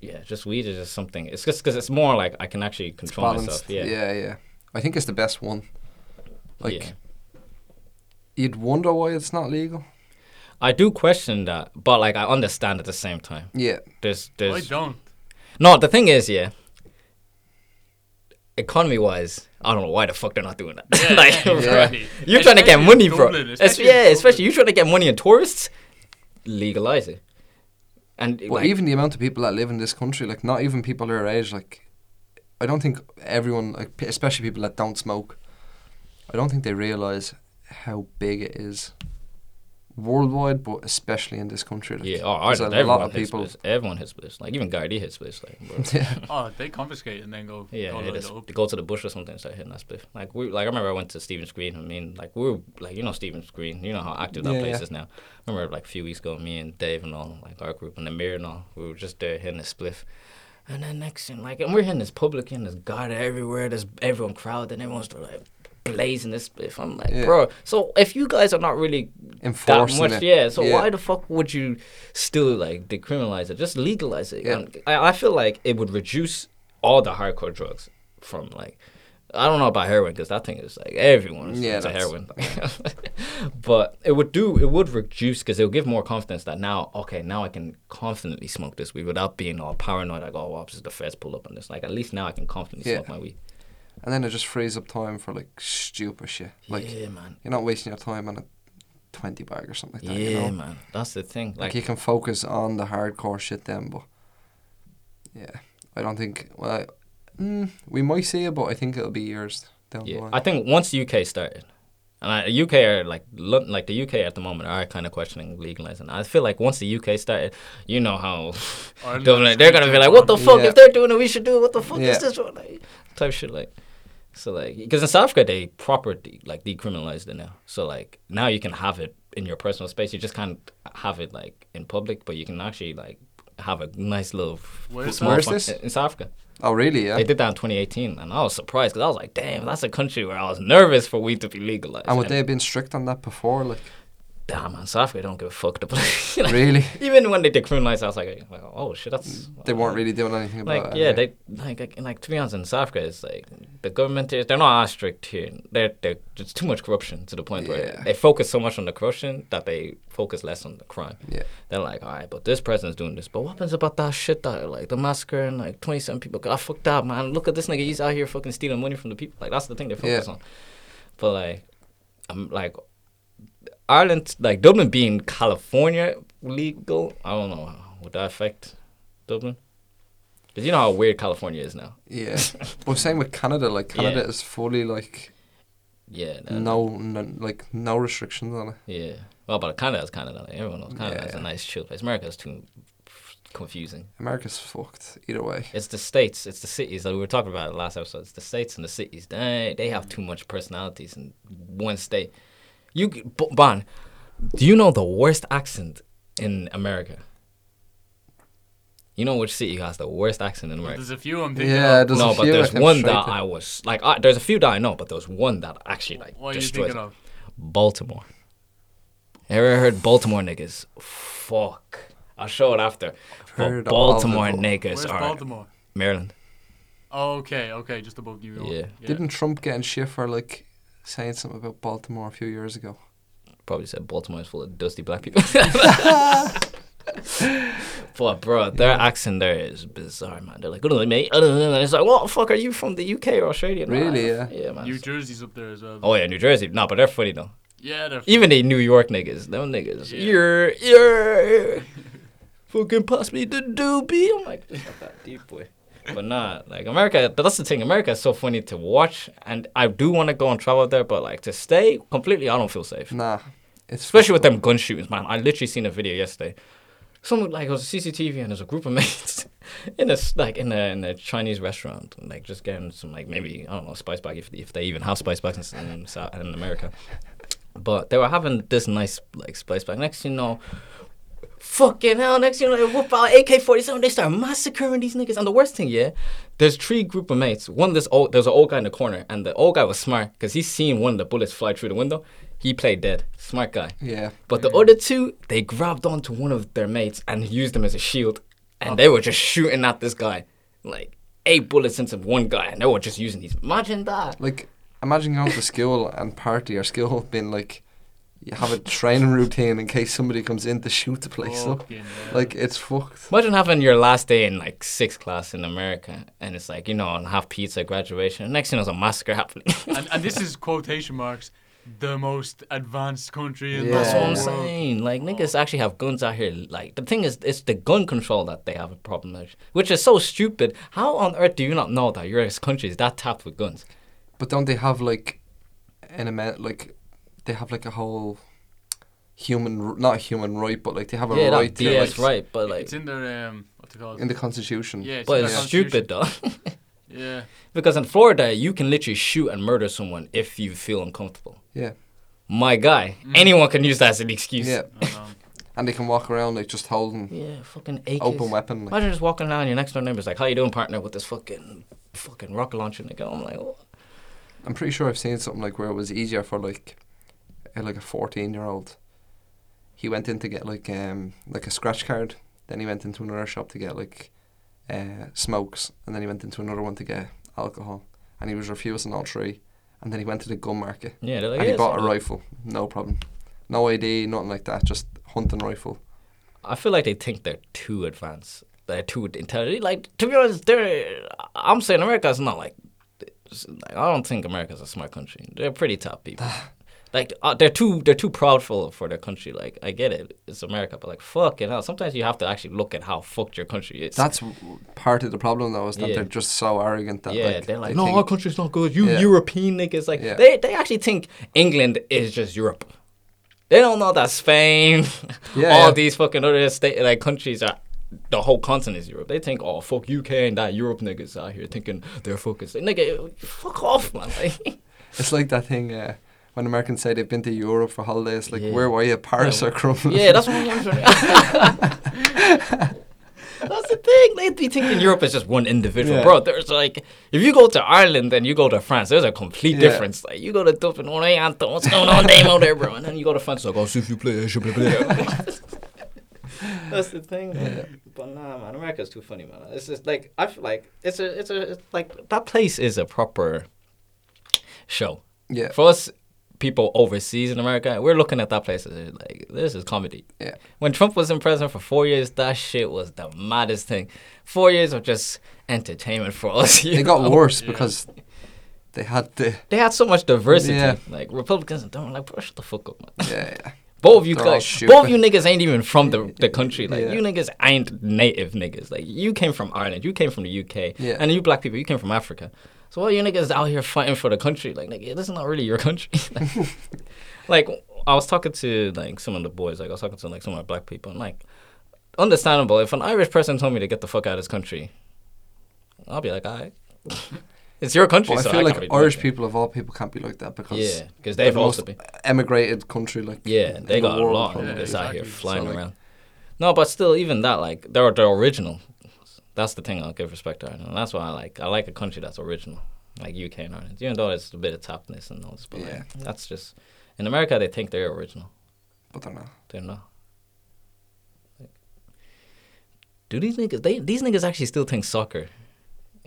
[SPEAKER 1] yeah, just weed is just something. It's just because it's more like I can actually control myself.
[SPEAKER 2] Balanced.
[SPEAKER 1] Yeah.
[SPEAKER 2] yeah, yeah. I think it's the best one. Like
[SPEAKER 1] Yeah.
[SPEAKER 2] you'd wonder why it's not legal.
[SPEAKER 1] I do question that, but like I understand at the same time.
[SPEAKER 2] Yeah.
[SPEAKER 1] There's,
[SPEAKER 3] I
[SPEAKER 1] there's
[SPEAKER 3] don't.
[SPEAKER 1] no. The thing is, yeah. Economy wise, I don't know why the fuck they're not doing that.
[SPEAKER 3] Yeah,
[SPEAKER 1] like,
[SPEAKER 3] yeah,
[SPEAKER 1] bro,
[SPEAKER 3] exactly.
[SPEAKER 1] you're trying to get
[SPEAKER 3] Especially in
[SPEAKER 1] money, bro.
[SPEAKER 3] Dublin,
[SPEAKER 1] Es-
[SPEAKER 3] especially in
[SPEAKER 1] yeah, especially
[SPEAKER 3] Dublin.
[SPEAKER 1] you're trying to get money in tourists. Legalize it, and
[SPEAKER 2] Well,
[SPEAKER 1] like,
[SPEAKER 2] even the amount of people that live in this country, like not even people our age, like I don't think everyone, like, p- especially people that don't smoke, I don't think they realize how big it is worldwide, but especially in this country. Like,
[SPEAKER 1] yeah, oh, I
[SPEAKER 2] there's
[SPEAKER 1] don't-
[SPEAKER 2] a lot
[SPEAKER 1] everyone
[SPEAKER 2] of
[SPEAKER 1] hits
[SPEAKER 2] people.
[SPEAKER 1] Bliss. Everyone hits bliss. Like even Gardy hits bliss. Like, bro.
[SPEAKER 2] yeah,
[SPEAKER 3] Oh, they confiscate and then go.
[SPEAKER 1] Yeah,
[SPEAKER 3] go
[SPEAKER 1] it
[SPEAKER 3] load
[SPEAKER 1] is.
[SPEAKER 3] it up.
[SPEAKER 1] They go to the bush or something and start hitting that spliff. Like we, like I remember I went to Stephen's Green. I mean, like we were like you know Stephen's Green. You know how active that
[SPEAKER 2] Yeah,
[SPEAKER 1] place
[SPEAKER 2] yeah.
[SPEAKER 1] is now. I remember like a few weeks ago, me and Dave and all like our group and Amir and all, we were just there hitting the spliff. And then next thing, like, and we're hitting this public and there's God everywhere. There's everyone crowded and everyone's like blazing this spliff. I'm like,
[SPEAKER 2] Yeah.
[SPEAKER 1] bro. So if you guys are not really that
[SPEAKER 2] enforcing
[SPEAKER 1] much,
[SPEAKER 2] it.
[SPEAKER 1] yeah. So why the fuck would you still like decriminalize it? Just legalize it.
[SPEAKER 2] Yeah.
[SPEAKER 1] And I, I feel like it would reduce all the hardcore drugs from like. I don't know about heroin because that thing is like everyone's
[SPEAKER 2] Yeah,
[SPEAKER 1] yeah, a
[SPEAKER 2] that's-
[SPEAKER 1] heroin, but it would do it would reduce because it would give more confidence that now okay now I can confidently smoke this weed without being all paranoid like oh well, the feds pull up on this like at least now I can confidently
[SPEAKER 2] Yeah.
[SPEAKER 1] smoke my weed.
[SPEAKER 2] and then it just frees up time for like stupid shit. Like
[SPEAKER 1] yeah man,
[SPEAKER 2] you're not wasting your time on a twenty bag or something like that.
[SPEAKER 1] yeah
[SPEAKER 2] you know?
[SPEAKER 1] man, that's the thing.
[SPEAKER 2] Like,
[SPEAKER 1] Like
[SPEAKER 2] you can focus on the hardcore shit then, but yeah, I don't think. Well, I, mm, we might see it, but I think it'll be years down the
[SPEAKER 1] Yeah,
[SPEAKER 2] line.
[SPEAKER 1] I think once UK started, and I, UK are like Lon- like the UK at the moment are kind of questioning legalizing. I feel like once the UK started, you know how
[SPEAKER 3] Ireland
[SPEAKER 1] Dublin,
[SPEAKER 3] just
[SPEAKER 1] they're
[SPEAKER 3] keep
[SPEAKER 1] gonna be
[SPEAKER 3] doing
[SPEAKER 1] like,
[SPEAKER 3] it
[SPEAKER 1] what the
[SPEAKER 3] on.
[SPEAKER 1] fuck?
[SPEAKER 2] Yeah.
[SPEAKER 1] If they're doing it, we should do it. What the fuck
[SPEAKER 2] Yeah.
[SPEAKER 1] is this? one?" Like, type shit like. So like, because in South Africa they proper de- like decriminalized it now. So like now you can have it in your personal space. You just can't have it like in public, but you can actually like have a nice little
[SPEAKER 3] Where's
[SPEAKER 1] small
[SPEAKER 2] that? Where's
[SPEAKER 1] fun-
[SPEAKER 2] this?
[SPEAKER 1] in South Africa.
[SPEAKER 2] Oh, really? Yeah.
[SPEAKER 1] They did that in 2018, and I was surprised because I was like, "Damn, that's a country where I was nervous for weed to be legalized."
[SPEAKER 2] and would they have been strict on that before? Like,
[SPEAKER 1] Damn, man, South Africa don't give a fuck. The place. Like,
[SPEAKER 2] really?
[SPEAKER 1] Even when they decriminalized, I was like, like, "Oh shit, that's."
[SPEAKER 2] They weren't really doing anything about
[SPEAKER 1] Like
[SPEAKER 2] it.
[SPEAKER 1] yeah,
[SPEAKER 2] anyway.
[SPEAKER 1] they like, like like to be honest, in South Africa, it's like the government is they're not as strict here. They're, they're there's too much corruption to the point where
[SPEAKER 2] Yeah.
[SPEAKER 1] they focus so much on the corruption that they focus less on the crime.
[SPEAKER 2] Yeah.
[SPEAKER 1] They're like, all right, but this president's doing this. But what happens about that shit that like the massacre and like twenty seven people? God, fuck that, man. Look at this nigga. He's out here fucking stealing money from the people. Like that's the thing they focus
[SPEAKER 2] Yeah.
[SPEAKER 1] on. But like, I'm like, Ireland, like Dublin being California legal. I don't know would that affect Dublin. Cause you know how weird California is now.
[SPEAKER 2] Yeah. but same with Canada. Like Canada
[SPEAKER 1] Yeah.
[SPEAKER 2] is fully like
[SPEAKER 1] Yeah. that-
[SPEAKER 2] no, no, like no restrictions on it.
[SPEAKER 1] Yeah. Well, but Canada's Canada. Like, everyone knows Canada is
[SPEAKER 2] Yeah.
[SPEAKER 1] a nice chill place. America's too confusing.
[SPEAKER 2] America's fucked either way.
[SPEAKER 1] It's the states, it's the cities that we were talking about in the last episode. It's the states and the cities. They they have too much personalities in one state. You c- B- Bon, do you know the worst accent in America? You know which city has the worst accent in America?
[SPEAKER 3] There's a few I'm thinking.
[SPEAKER 2] Yeah,
[SPEAKER 3] of.
[SPEAKER 2] there's
[SPEAKER 1] no,
[SPEAKER 2] a
[SPEAKER 1] but
[SPEAKER 2] few
[SPEAKER 1] there's
[SPEAKER 2] I
[SPEAKER 1] one that I was like, I, there's a few that I know, but there's one that actually like
[SPEAKER 3] What are you
[SPEAKER 1] destroys
[SPEAKER 3] thinking
[SPEAKER 1] it.
[SPEAKER 3] of?
[SPEAKER 1] Baltimore. Ever heard Baltimore niggas? Fuck. I'll show it after.
[SPEAKER 2] heard
[SPEAKER 1] But
[SPEAKER 2] of
[SPEAKER 1] Baltimore
[SPEAKER 2] them.
[SPEAKER 1] niggas
[SPEAKER 3] Where's
[SPEAKER 1] are
[SPEAKER 3] Baltimore?
[SPEAKER 1] Maryland.
[SPEAKER 3] Oh, okay, okay, just above New York.
[SPEAKER 1] Yeah.
[SPEAKER 2] Didn't Trump get in shit for like saying something about Baltimore a few years ago?
[SPEAKER 1] Probably said Baltimore is full of dusty black people. but bro, their accent there is bizarre, man. They're like, "Good night, mate," and it's like, "What the fuck are you from the UK or Australia?" Nah,
[SPEAKER 2] Really, yeah.
[SPEAKER 1] Yeah, man.
[SPEAKER 3] New Jersey's up there as well.
[SPEAKER 1] oh yeah, New Jersey. No, but they're funny though.
[SPEAKER 3] Yeah, they're
[SPEAKER 1] Even the New York niggas, them niggas.
[SPEAKER 3] Yeah.
[SPEAKER 1] Yeah, yeah. Fucking pass me the doobie. I'm like, just not that deep boy. But nah, like America, but that's the thing. America is so funny to watch, and I do want to go and travel there, but like to stay completely, I don't feel safe.
[SPEAKER 2] Nah, it's
[SPEAKER 1] Especially with them gun shootings, man. I literally seen a video yesterday. Someone like it was a CCTV and there's a group of mates in a s- like in a, in a Chinese restaurant, like just getting some like maybe I don't know spice bag if if they even have spice bags in, in, Sa- in America. But they were having this nice like spice bag. Next thing you know, fucking hell. Next thing you know, they whoop out AK forty seven. They start massacring these niggas. And the worst thing, yeah, there's three group of mates. One this old there's an old guy in the corner, and the old guy was smart because he seen one of the bullets fly through the window. He played dead. Smart guy.
[SPEAKER 2] Yeah.
[SPEAKER 1] But the other two, they grabbed onto one of their mates and used him as a shield, and they were just shooting at this guy, like eight bullets into one guy, and they were just using these. Imagine that.
[SPEAKER 2] Like, imagine going to school and party or school being like, you have a training routine in case somebody comes in to shoot the place up.
[SPEAKER 3] fucking hell.
[SPEAKER 2] Like, it's fucked.
[SPEAKER 1] Imagine having your last day in like sixth class in America, and it's like you know, and have pizza at graduation. Next thing, there's a massacre happening.
[SPEAKER 3] and, and this is quotation marks, the most advanced country in
[SPEAKER 2] Yeah.
[SPEAKER 3] the
[SPEAKER 1] That's what I'm
[SPEAKER 3] world.
[SPEAKER 1] saying. Like niggas actually have guns out here. Like the thing is, it's the gun control that they have a problem with, which is so stupid. How on earth do you not know that your country is that tapped with guns?
[SPEAKER 2] But don't they have like, an amount like, they have like a whole human, r- not a human right, but like they have a
[SPEAKER 1] yeah,
[SPEAKER 2] right
[SPEAKER 1] that
[SPEAKER 2] to
[SPEAKER 1] BS
[SPEAKER 2] like,
[SPEAKER 1] right, but like,
[SPEAKER 3] It's in their um, what's it called?
[SPEAKER 2] in the constitution.
[SPEAKER 3] yeah, it's
[SPEAKER 1] but
[SPEAKER 3] in
[SPEAKER 1] it's
[SPEAKER 3] their
[SPEAKER 1] stupid
[SPEAKER 3] constitution.
[SPEAKER 1] though.
[SPEAKER 3] Yeah,
[SPEAKER 1] Because in Florida, you can literally shoot and murder someone if you feel uncomfortable.
[SPEAKER 2] Yeah.
[SPEAKER 1] My guy,
[SPEAKER 3] Mm-hmm.
[SPEAKER 1] anyone can use that as an excuse.
[SPEAKER 2] Yeah.
[SPEAKER 3] I know.
[SPEAKER 2] And they can walk around like just holding
[SPEAKER 1] Yeah, fucking AKs.
[SPEAKER 2] open weapon. Like,
[SPEAKER 1] Imagine just walking down, your next door neighbor's like, "How you doing, partner?" With this fucking, fucking rocket launcher in the go. I'm like, oh.
[SPEAKER 2] I'm pretty sure I've seen something like where it was easier for like, uh, like a 14 year old. He went in to get like um like a scratch card. Then he went into another shop to get like, uh, smokes, and then he went into another one to get alcohol, and he was refusing all three. And then he went to the gun market,
[SPEAKER 1] yeah. They're like,
[SPEAKER 2] and he
[SPEAKER 1] Oh, "Yeah,
[SPEAKER 2] bought a
[SPEAKER 1] so-"
[SPEAKER 2] rifle, no problem, no ID, nothing like that, just hunting rifle.
[SPEAKER 1] I feel like they think they're too advanced. They're too intelligent. Like to be honest, they're. I'm saying America's not like. it's- like, I don't think America's a smart country. They're pretty top people. like uh, they're too they're too proudful for their country. Like I get it, it's America, but like fucking hell. Sometimes you have to actually look at how fucked your country is.
[SPEAKER 2] That's w- part of the problem though, is that
[SPEAKER 1] Yeah.
[SPEAKER 2] they're just so arrogant that
[SPEAKER 1] yeah,
[SPEAKER 2] like,
[SPEAKER 1] they're like,
[SPEAKER 2] they
[SPEAKER 1] no,
[SPEAKER 2] think-
[SPEAKER 1] our country's not good. You
[SPEAKER 2] Yeah.
[SPEAKER 1] European niggas, like
[SPEAKER 2] Yeah.
[SPEAKER 1] they, they actually think England is just Europe. They don't know that Spain,
[SPEAKER 2] Yeah,
[SPEAKER 1] all
[SPEAKER 2] yeah.
[SPEAKER 1] these fucking other state like countries are. The whole continent is Europe. They think, oh fuck UK and that Europe niggas out here thinking they're focused. Nigga, fuck off, man. Like,
[SPEAKER 2] It's like that thing uh, when Americans say they've been to Europe for holidays. Like,
[SPEAKER 1] Yeah.
[SPEAKER 2] where were you, Paris
[SPEAKER 1] Yeah.
[SPEAKER 2] or Crumlin?
[SPEAKER 1] yeah, that's what I'm saying. That's the thing. They'd be thinking Europe is just one individual,
[SPEAKER 2] Yeah.
[SPEAKER 1] bro. There's like, if you go to Ireland and you go to France, there's a complete
[SPEAKER 2] Yeah.
[SPEAKER 1] difference. Like, you go to Dublin, oh, hey, Anton, what's going on, Damo there, bro? And then you go to France, like, oh, see if you play, je play, That's the thing. Man. But nah, man, America's too funny, man. It's just like I feel like it's a, it's a, it's like that place is a proper show.
[SPEAKER 2] Yeah.
[SPEAKER 1] For us people overseas in America, we're looking at that place as like this is comedy.
[SPEAKER 2] Yeah.
[SPEAKER 1] When Trump was in prison for four years, that shit was the maddest thing. Four years of just entertainment for us. you
[SPEAKER 2] It got
[SPEAKER 1] know?
[SPEAKER 2] worse
[SPEAKER 3] Yeah.
[SPEAKER 2] because they had the.
[SPEAKER 1] They had so much diversity.
[SPEAKER 2] Yeah.
[SPEAKER 1] Like Republicans and Democrats, like, bro, shut the fuck up, man.
[SPEAKER 2] Yeah, yeah.
[SPEAKER 1] Both of you
[SPEAKER 2] They're all
[SPEAKER 1] guys,
[SPEAKER 2] stupid.
[SPEAKER 1] both of you niggas ain't even from the, the country. Like
[SPEAKER 2] Oh, Yeah.
[SPEAKER 1] you niggas ain't native niggas. Like you came from Ireland, you came from the UK,
[SPEAKER 2] Yeah.
[SPEAKER 1] and you black people, you came from Africa. So why you niggas out here fighting for the country? Like nigga, this is not really your country. like I was talking to like some of the boys, like I was talking to like some of the black people, and like understandable. If an Irish person told me to get the fuck out of this country, I'll be like, alright. it's your country.
[SPEAKER 2] But I
[SPEAKER 1] so
[SPEAKER 2] feel
[SPEAKER 1] can't
[SPEAKER 2] like
[SPEAKER 1] really do
[SPEAKER 2] Irish
[SPEAKER 1] anything.
[SPEAKER 2] people of all people can't be like that because
[SPEAKER 1] Yeah, because
[SPEAKER 2] they're
[SPEAKER 1] they've
[SPEAKER 2] the
[SPEAKER 1] also
[SPEAKER 2] most
[SPEAKER 1] been.
[SPEAKER 2] emigrated country. Like
[SPEAKER 1] Yeah,
[SPEAKER 2] in
[SPEAKER 1] they
[SPEAKER 2] the
[SPEAKER 1] got a
[SPEAKER 2] world,
[SPEAKER 1] lot of
[SPEAKER 2] probably.
[SPEAKER 1] niggas
[SPEAKER 3] Yeah,
[SPEAKER 1] out here
[SPEAKER 3] exactly.
[SPEAKER 1] flying
[SPEAKER 2] So, like-
[SPEAKER 1] around. No, but still, even that, like, they're the original. That's the thing I'll give respect to Ireland. And that's why I like. I like a country that's original, like UK and Ireland. Even though it's a bit of tapness and all this, but
[SPEAKER 2] Yeah.
[SPEAKER 1] like, that's just. In America, they think they're original.
[SPEAKER 2] But they're not.
[SPEAKER 1] They're not. Like, do these niggas? They these niggas actually still think soccer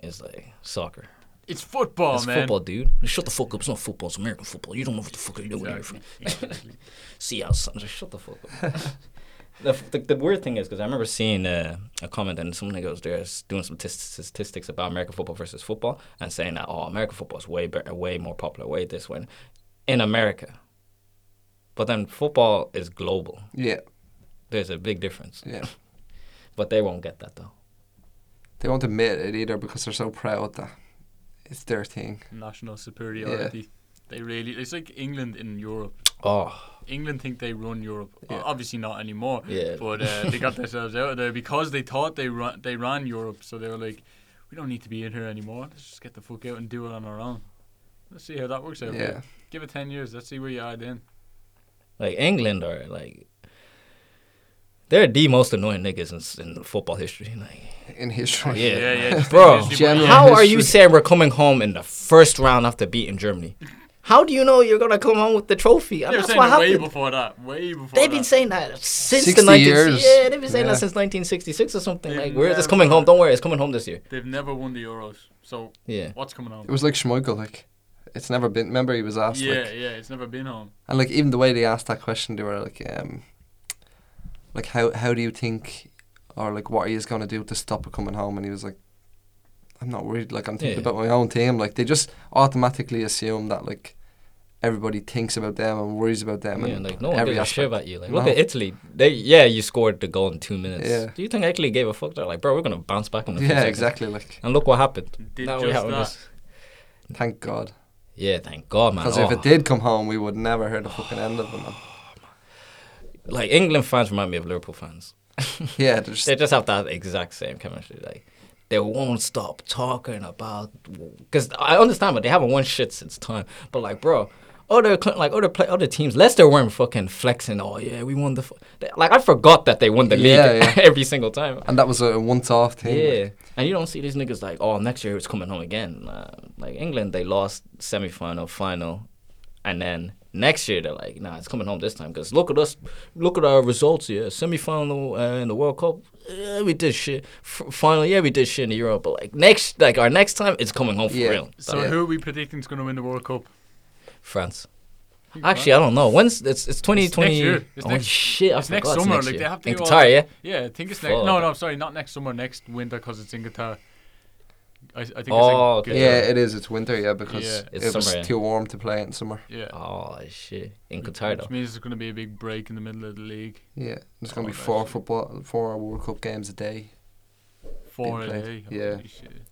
[SPEAKER 1] is like soccer.
[SPEAKER 3] It's
[SPEAKER 2] Oh,
[SPEAKER 3] football,
[SPEAKER 1] it's
[SPEAKER 3] man.
[SPEAKER 1] football, dude. Shut the fuck up. It's not football. It's American football. You don't know what the fuck you're doing. here.
[SPEAKER 3] Exactly. exactly.
[SPEAKER 1] See how son. Just shut the fuck up. the, f- the, the weird thing is because I remember seeing uh, a comment and someone goes there's doing some tis- statistics about American football versus football and saying that oh American football is way better, way more popular, way this way in America. But then football is global.
[SPEAKER 2] Yeah,
[SPEAKER 1] There's a big difference.
[SPEAKER 2] yeah.
[SPEAKER 1] But they won't get that though.
[SPEAKER 2] They won't admit it either because they're so proud that it's their thing.
[SPEAKER 3] National superiority. They really. It's like England in Europe.
[SPEAKER 1] Oh,
[SPEAKER 3] England think they run Europe. O-
[SPEAKER 2] Yeah.
[SPEAKER 3] Obviously not anymore.
[SPEAKER 1] Yeah.
[SPEAKER 3] But uh, they got themselves out of there because they thought they run they ran Europe. So they were like, we don't need to be in here anymore. Let's just get the fuck out and do it on our own. Let's see how that works out. for
[SPEAKER 2] Yeah.
[SPEAKER 3] you. Give it ten years. Let's see where you are then.
[SPEAKER 1] like England are like they're the most annoying niggas in, s- in football history. Like
[SPEAKER 2] In history.
[SPEAKER 1] Yeah.
[SPEAKER 3] Yeah. Yeah. just
[SPEAKER 1] Bro,
[SPEAKER 3] think it's-
[SPEAKER 2] General
[SPEAKER 3] yeah.
[SPEAKER 1] How are you
[SPEAKER 2] history.
[SPEAKER 1] saying we're coming home in the first round after beating Germany? How do you know you're gonna come home with the trophy? And
[SPEAKER 3] They were
[SPEAKER 1] that's
[SPEAKER 3] saying
[SPEAKER 1] what
[SPEAKER 3] it way
[SPEAKER 1] happened.
[SPEAKER 3] before that. Way before.
[SPEAKER 1] They've been
[SPEAKER 3] that.
[SPEAKER 1] saying that since the
[SPEAKER 2] 60
[SPEAKER 1] 19-
[SPEAKER 2] years.
[SPEAKER 1] yeah, they've been saying
[SPEAKER 2] Yeah.
[SPEAKER 1] that since 1966 or something.
[SPEAKER 3] They've
[SPEAKER 1] like, we're just
[SPEAKER 3] never-
[SPEAKER 1] coming home. Don't worry, it's coming home this year.
[SPEAKER 3] They've never won the Euros. So
[SPEAKER 1] Yeah,
[SPEAKER 3] what's coming on?
[SPEAKER 2] It was like Schmeichel, like it's never been remember he was asked
[SPEAKER 3] Yeah,
[SPEAKER 2] like
[SPEAKER 3] yeah, it's never been home.
[SPEAKER 2] and like even the way they asked that question they were like um like how how do you think or like what are you gonna do to stop it coming home and he was like I'm not worried, like I'm thinking
[SPEAKER 1] Yeah.
[SPEAKER 2] about my own team. Like they just automatically assume that like everybody thinks about them and worries about them
[SPEAKER 1] yeah
[SPEAKER 2] and
[SPEAKER 1] like no one
[SPEAKER 2] every
[SPEAKER 1] gives a shit
[SPEAKER 2] aspect.
[SPEAKER 1] about you. Like,
[SPEAKER 2] No.
[SPEAKER 1] look at Italy. They yeah, you scored the goal in two minutes.
[SPEAKER 2] Yeah.
[SPEAKER 1] Do you think Italy gave a fuck? They're like, bro, we're gonna bounce back in the
[SPEAKER 2] Yeah, exactly. Like
[SPEAKER 1] And look what happened.
[SPEAKER 3] Did
[SPEAKER 1] Now
[SPEAKER 3] just
[SPEAKER 1] have
[SPEAKER 3] that.
[SPEAKER 1] this-
[SPEAKER 2] thank God.
[SPEAKER 1] Yeah, thank God, man.
[SPEAKER 2] Because
[SPEAKER 1] Oh.
[SPEAKER 2] if it did come home we would never hear the fucking end of it man.
[SPEAKER 1] like England fans remind me of Liverpool fans.
[SPEAKER 2] Yeah, they're just
[SPEAKER 1] They just have that exact same chemistry. Like they won't stop talking about because I understand, but they haven't won shit since time. But like, bro, other co- like other play, other teams, Leicester weren't fucking flexing. Oh yeah, we won the. F-. They- Like I forgot that they won the league
[SPEAKER 2] Yeah, yeah.
[SPEAKER 1] every single time.
[SPEAKER 2] and that was a once off thing. like,
[SPEAKER 1] Yeah, and you don't see these niggas like, oh, next year it's coming home again. Nah. like England, they lost semi final, final, and then next year they're like, nah, it's coming home this time because look at us, look at our results here, semi final uh, in the World Cup, yeah, we did shit. F- final, yeah, we did shit in Europe, but like next, like our next time, it's coming home for
[SPEAKER 2] Yeah.
[SPEAKER 1] real.
[SPEAKER 3] So
[SPEAKER 2] Yeah.
[SPEAKER 3] who are we predicting is going to win the World Cup?
[SPEAKER 1] France.
[SPEAKER 3] Who,
[SPEAKER 1] Actually, I don't know. When's it's it's twenty twenty?
[SPEAKER 3] year. It's
[SPEAKER 1] oh
[SPEAKER 3] next-
[SPEAKER 1] shit! I
[SPEAKER 3] it's next
[SPEAKER 1] forgot it's
[SPEAKER 3] summer,
[SPEAKER 1] next
[SPEAKER 3] like,
[SPEAKER 1] year.
[SPEAKER 3] they have to
[SPEAKER 1] in
[SPEAKER 3] do all
[SPEAKER 1] Qatar,
[SPEAKER 3] the-
[SPEAKER 1] yeah.
[SPEAKER 3] Yeah, I think it's next.
[SPEAKER 1] Fuck.
[SPEAKER 3] No, no, sorry, not next summer. Next winter, because it's in Qatar. I, I
[SPEAKER 1] Oh,
[SPEAKER 3] think. it's in
[SPEAKER 1] okay.
[SPEAKER 2] Yeah,
[SPEAKER 3] Qatar.
[SPEAKER 2] it is. It's winter, yeah, because
[SPEAKER 3] Yeah.
[SPEAKER 1] It's
[SPEAKER 2] it was
[SPEAKER 1] summer, yeah.
[SPEAKER 2] too warm to play it in summer.
[SPEAKER 3] yeah,
[SPEAKER 1] Oh shit! In
[SPEAKER 3] Which-
[SPEAKER 1] Qatar,
[SPEAKER 3] Which
[SPEAKER 1] though.
[SPEAKER 3] means there's going to be a big break in the middle of the league.
[SPEAKER 2] Yeah, there's gonna
[SPEAKER 3] Oh,
[SPEAKER 2] be
[SPEAKER 3] nice.
[SPEAKER 2] four football, four World Cup games a day,
[SPEAKER 3] Four a
[SPEAKER 2] played.
[SPEAKER 3] day.
[SPEAKER 2] Yeah.
[SPEAKER 3] Holy shit.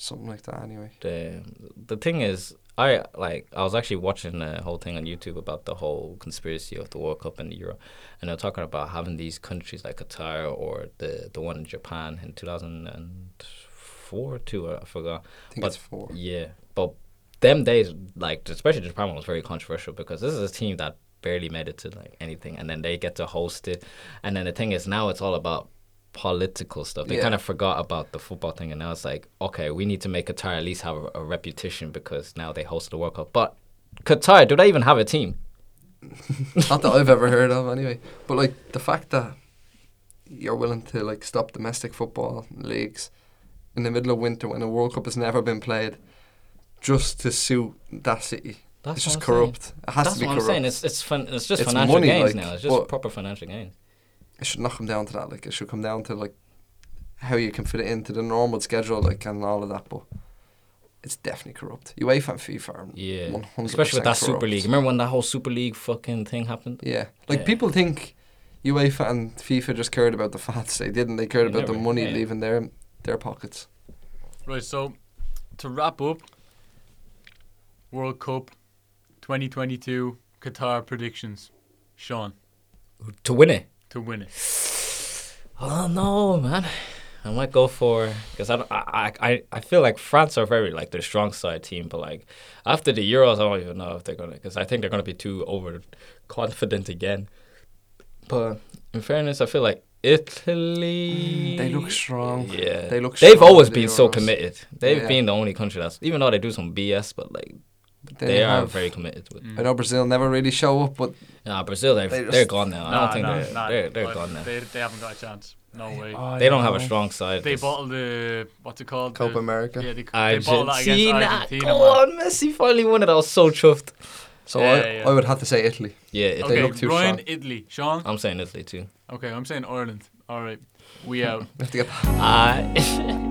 [SPEAKER 2] something like that. Anyway,
[SPEAKER 1] the the thing is I like I was actually watching the whole thing on YouTube about the whole conspiracy of the World Cup and the Euro, and they're talking about having these countries like Qatar or the the one in Japan in two thousand and four two I forgot.
[SPEAKER 2] I think
[SPEAKER 1] But-
[SPEAKER 2] it's four.
[SPEAKER 1] Yeah, but them days like especially Japan was very controversial because this is a team that barely made it to like anything, and then they get to host it, and then the thing is now it's all about political stuff. They
[SPEAKER 2] Yeah.
[SPEAKER 1] kind of forgot about the football thing, and now it's like okay, we need to make Qatar at least have a, a reputation because now they host the World Cup. But Qatar, do they even have a team?
[SPEAKER 2] Not that I've ever heard of, anyway. But like the fact that you're willing to like stop domestic football leagues in the middle of winter when a World Cup has never been played, just to suit that city.
[SPEAKER 1] That's what
[SPEAKER 2] it's just
[SPEAKER 1] I'm saying.
[SPEAKER 2] corrupt. It has
[SPEAKER 1] That's
[SPEAKER 2] to be
[SPEAKER 1] what
[SPEAKER 2] corrupt.
[SPEAKER 1] I'm saying. It's it's fin- it's just
[SPEAKER 2] It's
[SPEAKER 1] financial
[SPEAKER 2] money,
[SPEAKER 1] gains
[SPEAKER 2] like,
[SPEAKER 1] now. It's just
[SPEAKER 2] but-
[SPEAKER 1] proper financial gains.
[SPEAKER 2] it should not come down to that. Like it should come down to like how you can fit it into the normal schedule, like and all of that. But it's definitely corrupt. UEFA and FIFA are
[SPEAKER 1] Yeah,
[SPEAKER 2] 100%
[SPEAKER 1] especially with that Super
[SPEAKER 2] corrupt.
[SPEAKER 1] League. Remember when that whole Super League fucking thing happened?
[SPEAKER 2] Yeah, like
[SPEAKER 1] Yeah.
[SPEAKER 2] people think UEFA and FIFA just cared about the fans. They didn't. They cared
[SPEAKER 1] They
[SPEAKER 2] about the
[SPEAKER 1] never-
[SPEAKER 2] money
[SPEAKER 1] yeah.
[SPEAKER 2] leaving their their pockets.
[SPEAKER 3] Right. So to wrap up, World Cup, 2022 Qatar predictions. Sean
[SPEAKER 1] To win it.
[SPEAKER 3] to win it.
[SPEAKER 1] Oh no, man. I might go for because I, don't- I I I feel like France are very like their strong side team, but like after the Euros, I don't even know if they're gonna because I think they're gonna be too overconfident again. But in fairness, I feel like Italy.
[SPEAKER 2] Mm, They look strong.
[SPEAKER 1] Yeah,
[SPEAKER 2] They look
[SPEAKER 1] They've
[SPEAKER 2] strong
[SPEAKER 1] always
[SPEAKER 2] in the
[SPEAKER 1] been so
[SPEAKER 2] Euros.
[SPEAKER 1] committed. They've
[SPEAKER 2] Yeah.
[SPEAKER 1] been the only country that's even though they do some BS, but like
[SPEAKER 2] But
[SPEAKER 1] they,
[SPEAKER 2] then
[SPEAKER 1] are
[SPEAKER 2] have-
[SPEAKER 1] very committed.
[SPEAKER 3] Mm.
[SPEAKER 1] With
[SPEAKER 2] I know Brazil never really show up, but
[SPEAKER 1] nah, Brazil, they're
[SPEAKER 2] They
[SPEAKER 1] they
[SPEAKER 2] just-
[SPEAKER 1] are gone now. I
[SPEAKER 3] Nah,
[SPEAKER 1] don't think
[SPEAKER 3] nah,
[SPEAKER 1] they're,
[SPEAKER 3] nah,
[SPEAKER 1] they're they're
[SPEAKER 3] but
[SPEAKER 1] gone now. They,
[SPEAKER 3] They, they haven't got a chance. No way.
[SPEAKER 1] don't have a
[SPEAKER 2] know.
[SPEAKER 1] strong side.
[SPEAKER 3] they
[SPEAKER 1] It's-
[SPEAKER 3] bottled the what's it called?
[SPEAKER 2] Copa
[SPEAKER 3] the,
[SPEAKER 2] America.
[SPEAKER 3] Yeah, they, they bottled that against
[SPEAKER 1] Argentina.
[SPEAKER 3] Argentina.
[SPEAKER 1] Go
[SPEAKER 3] man.
[SPEAKER 1] on, Messi finally won it. I was so chuffed.
[SPEAKER 2] So
[SPEAKER 3] Yeah,
[SPEAKER 2] I,
[SPEAKER 3] yeah.
[SPEAKER 2] I would have to say Italy.
[SPEAKER 1] Yeah, it,
[SPEAKER 3] Okay,
[SPEAKER 2] look too
[SPEAKER 3] Ryan,
[SPEAKER 2] strong.
[SPEAKER 3] Italy, Sean.
[SPEAKER 1] I'm saying Italy too.
[SPEAKER 3] Okay, I'm saying Ireland. All right, we out.
[SPEAKER 2] We have to get
[SPEAKER 1] Uh,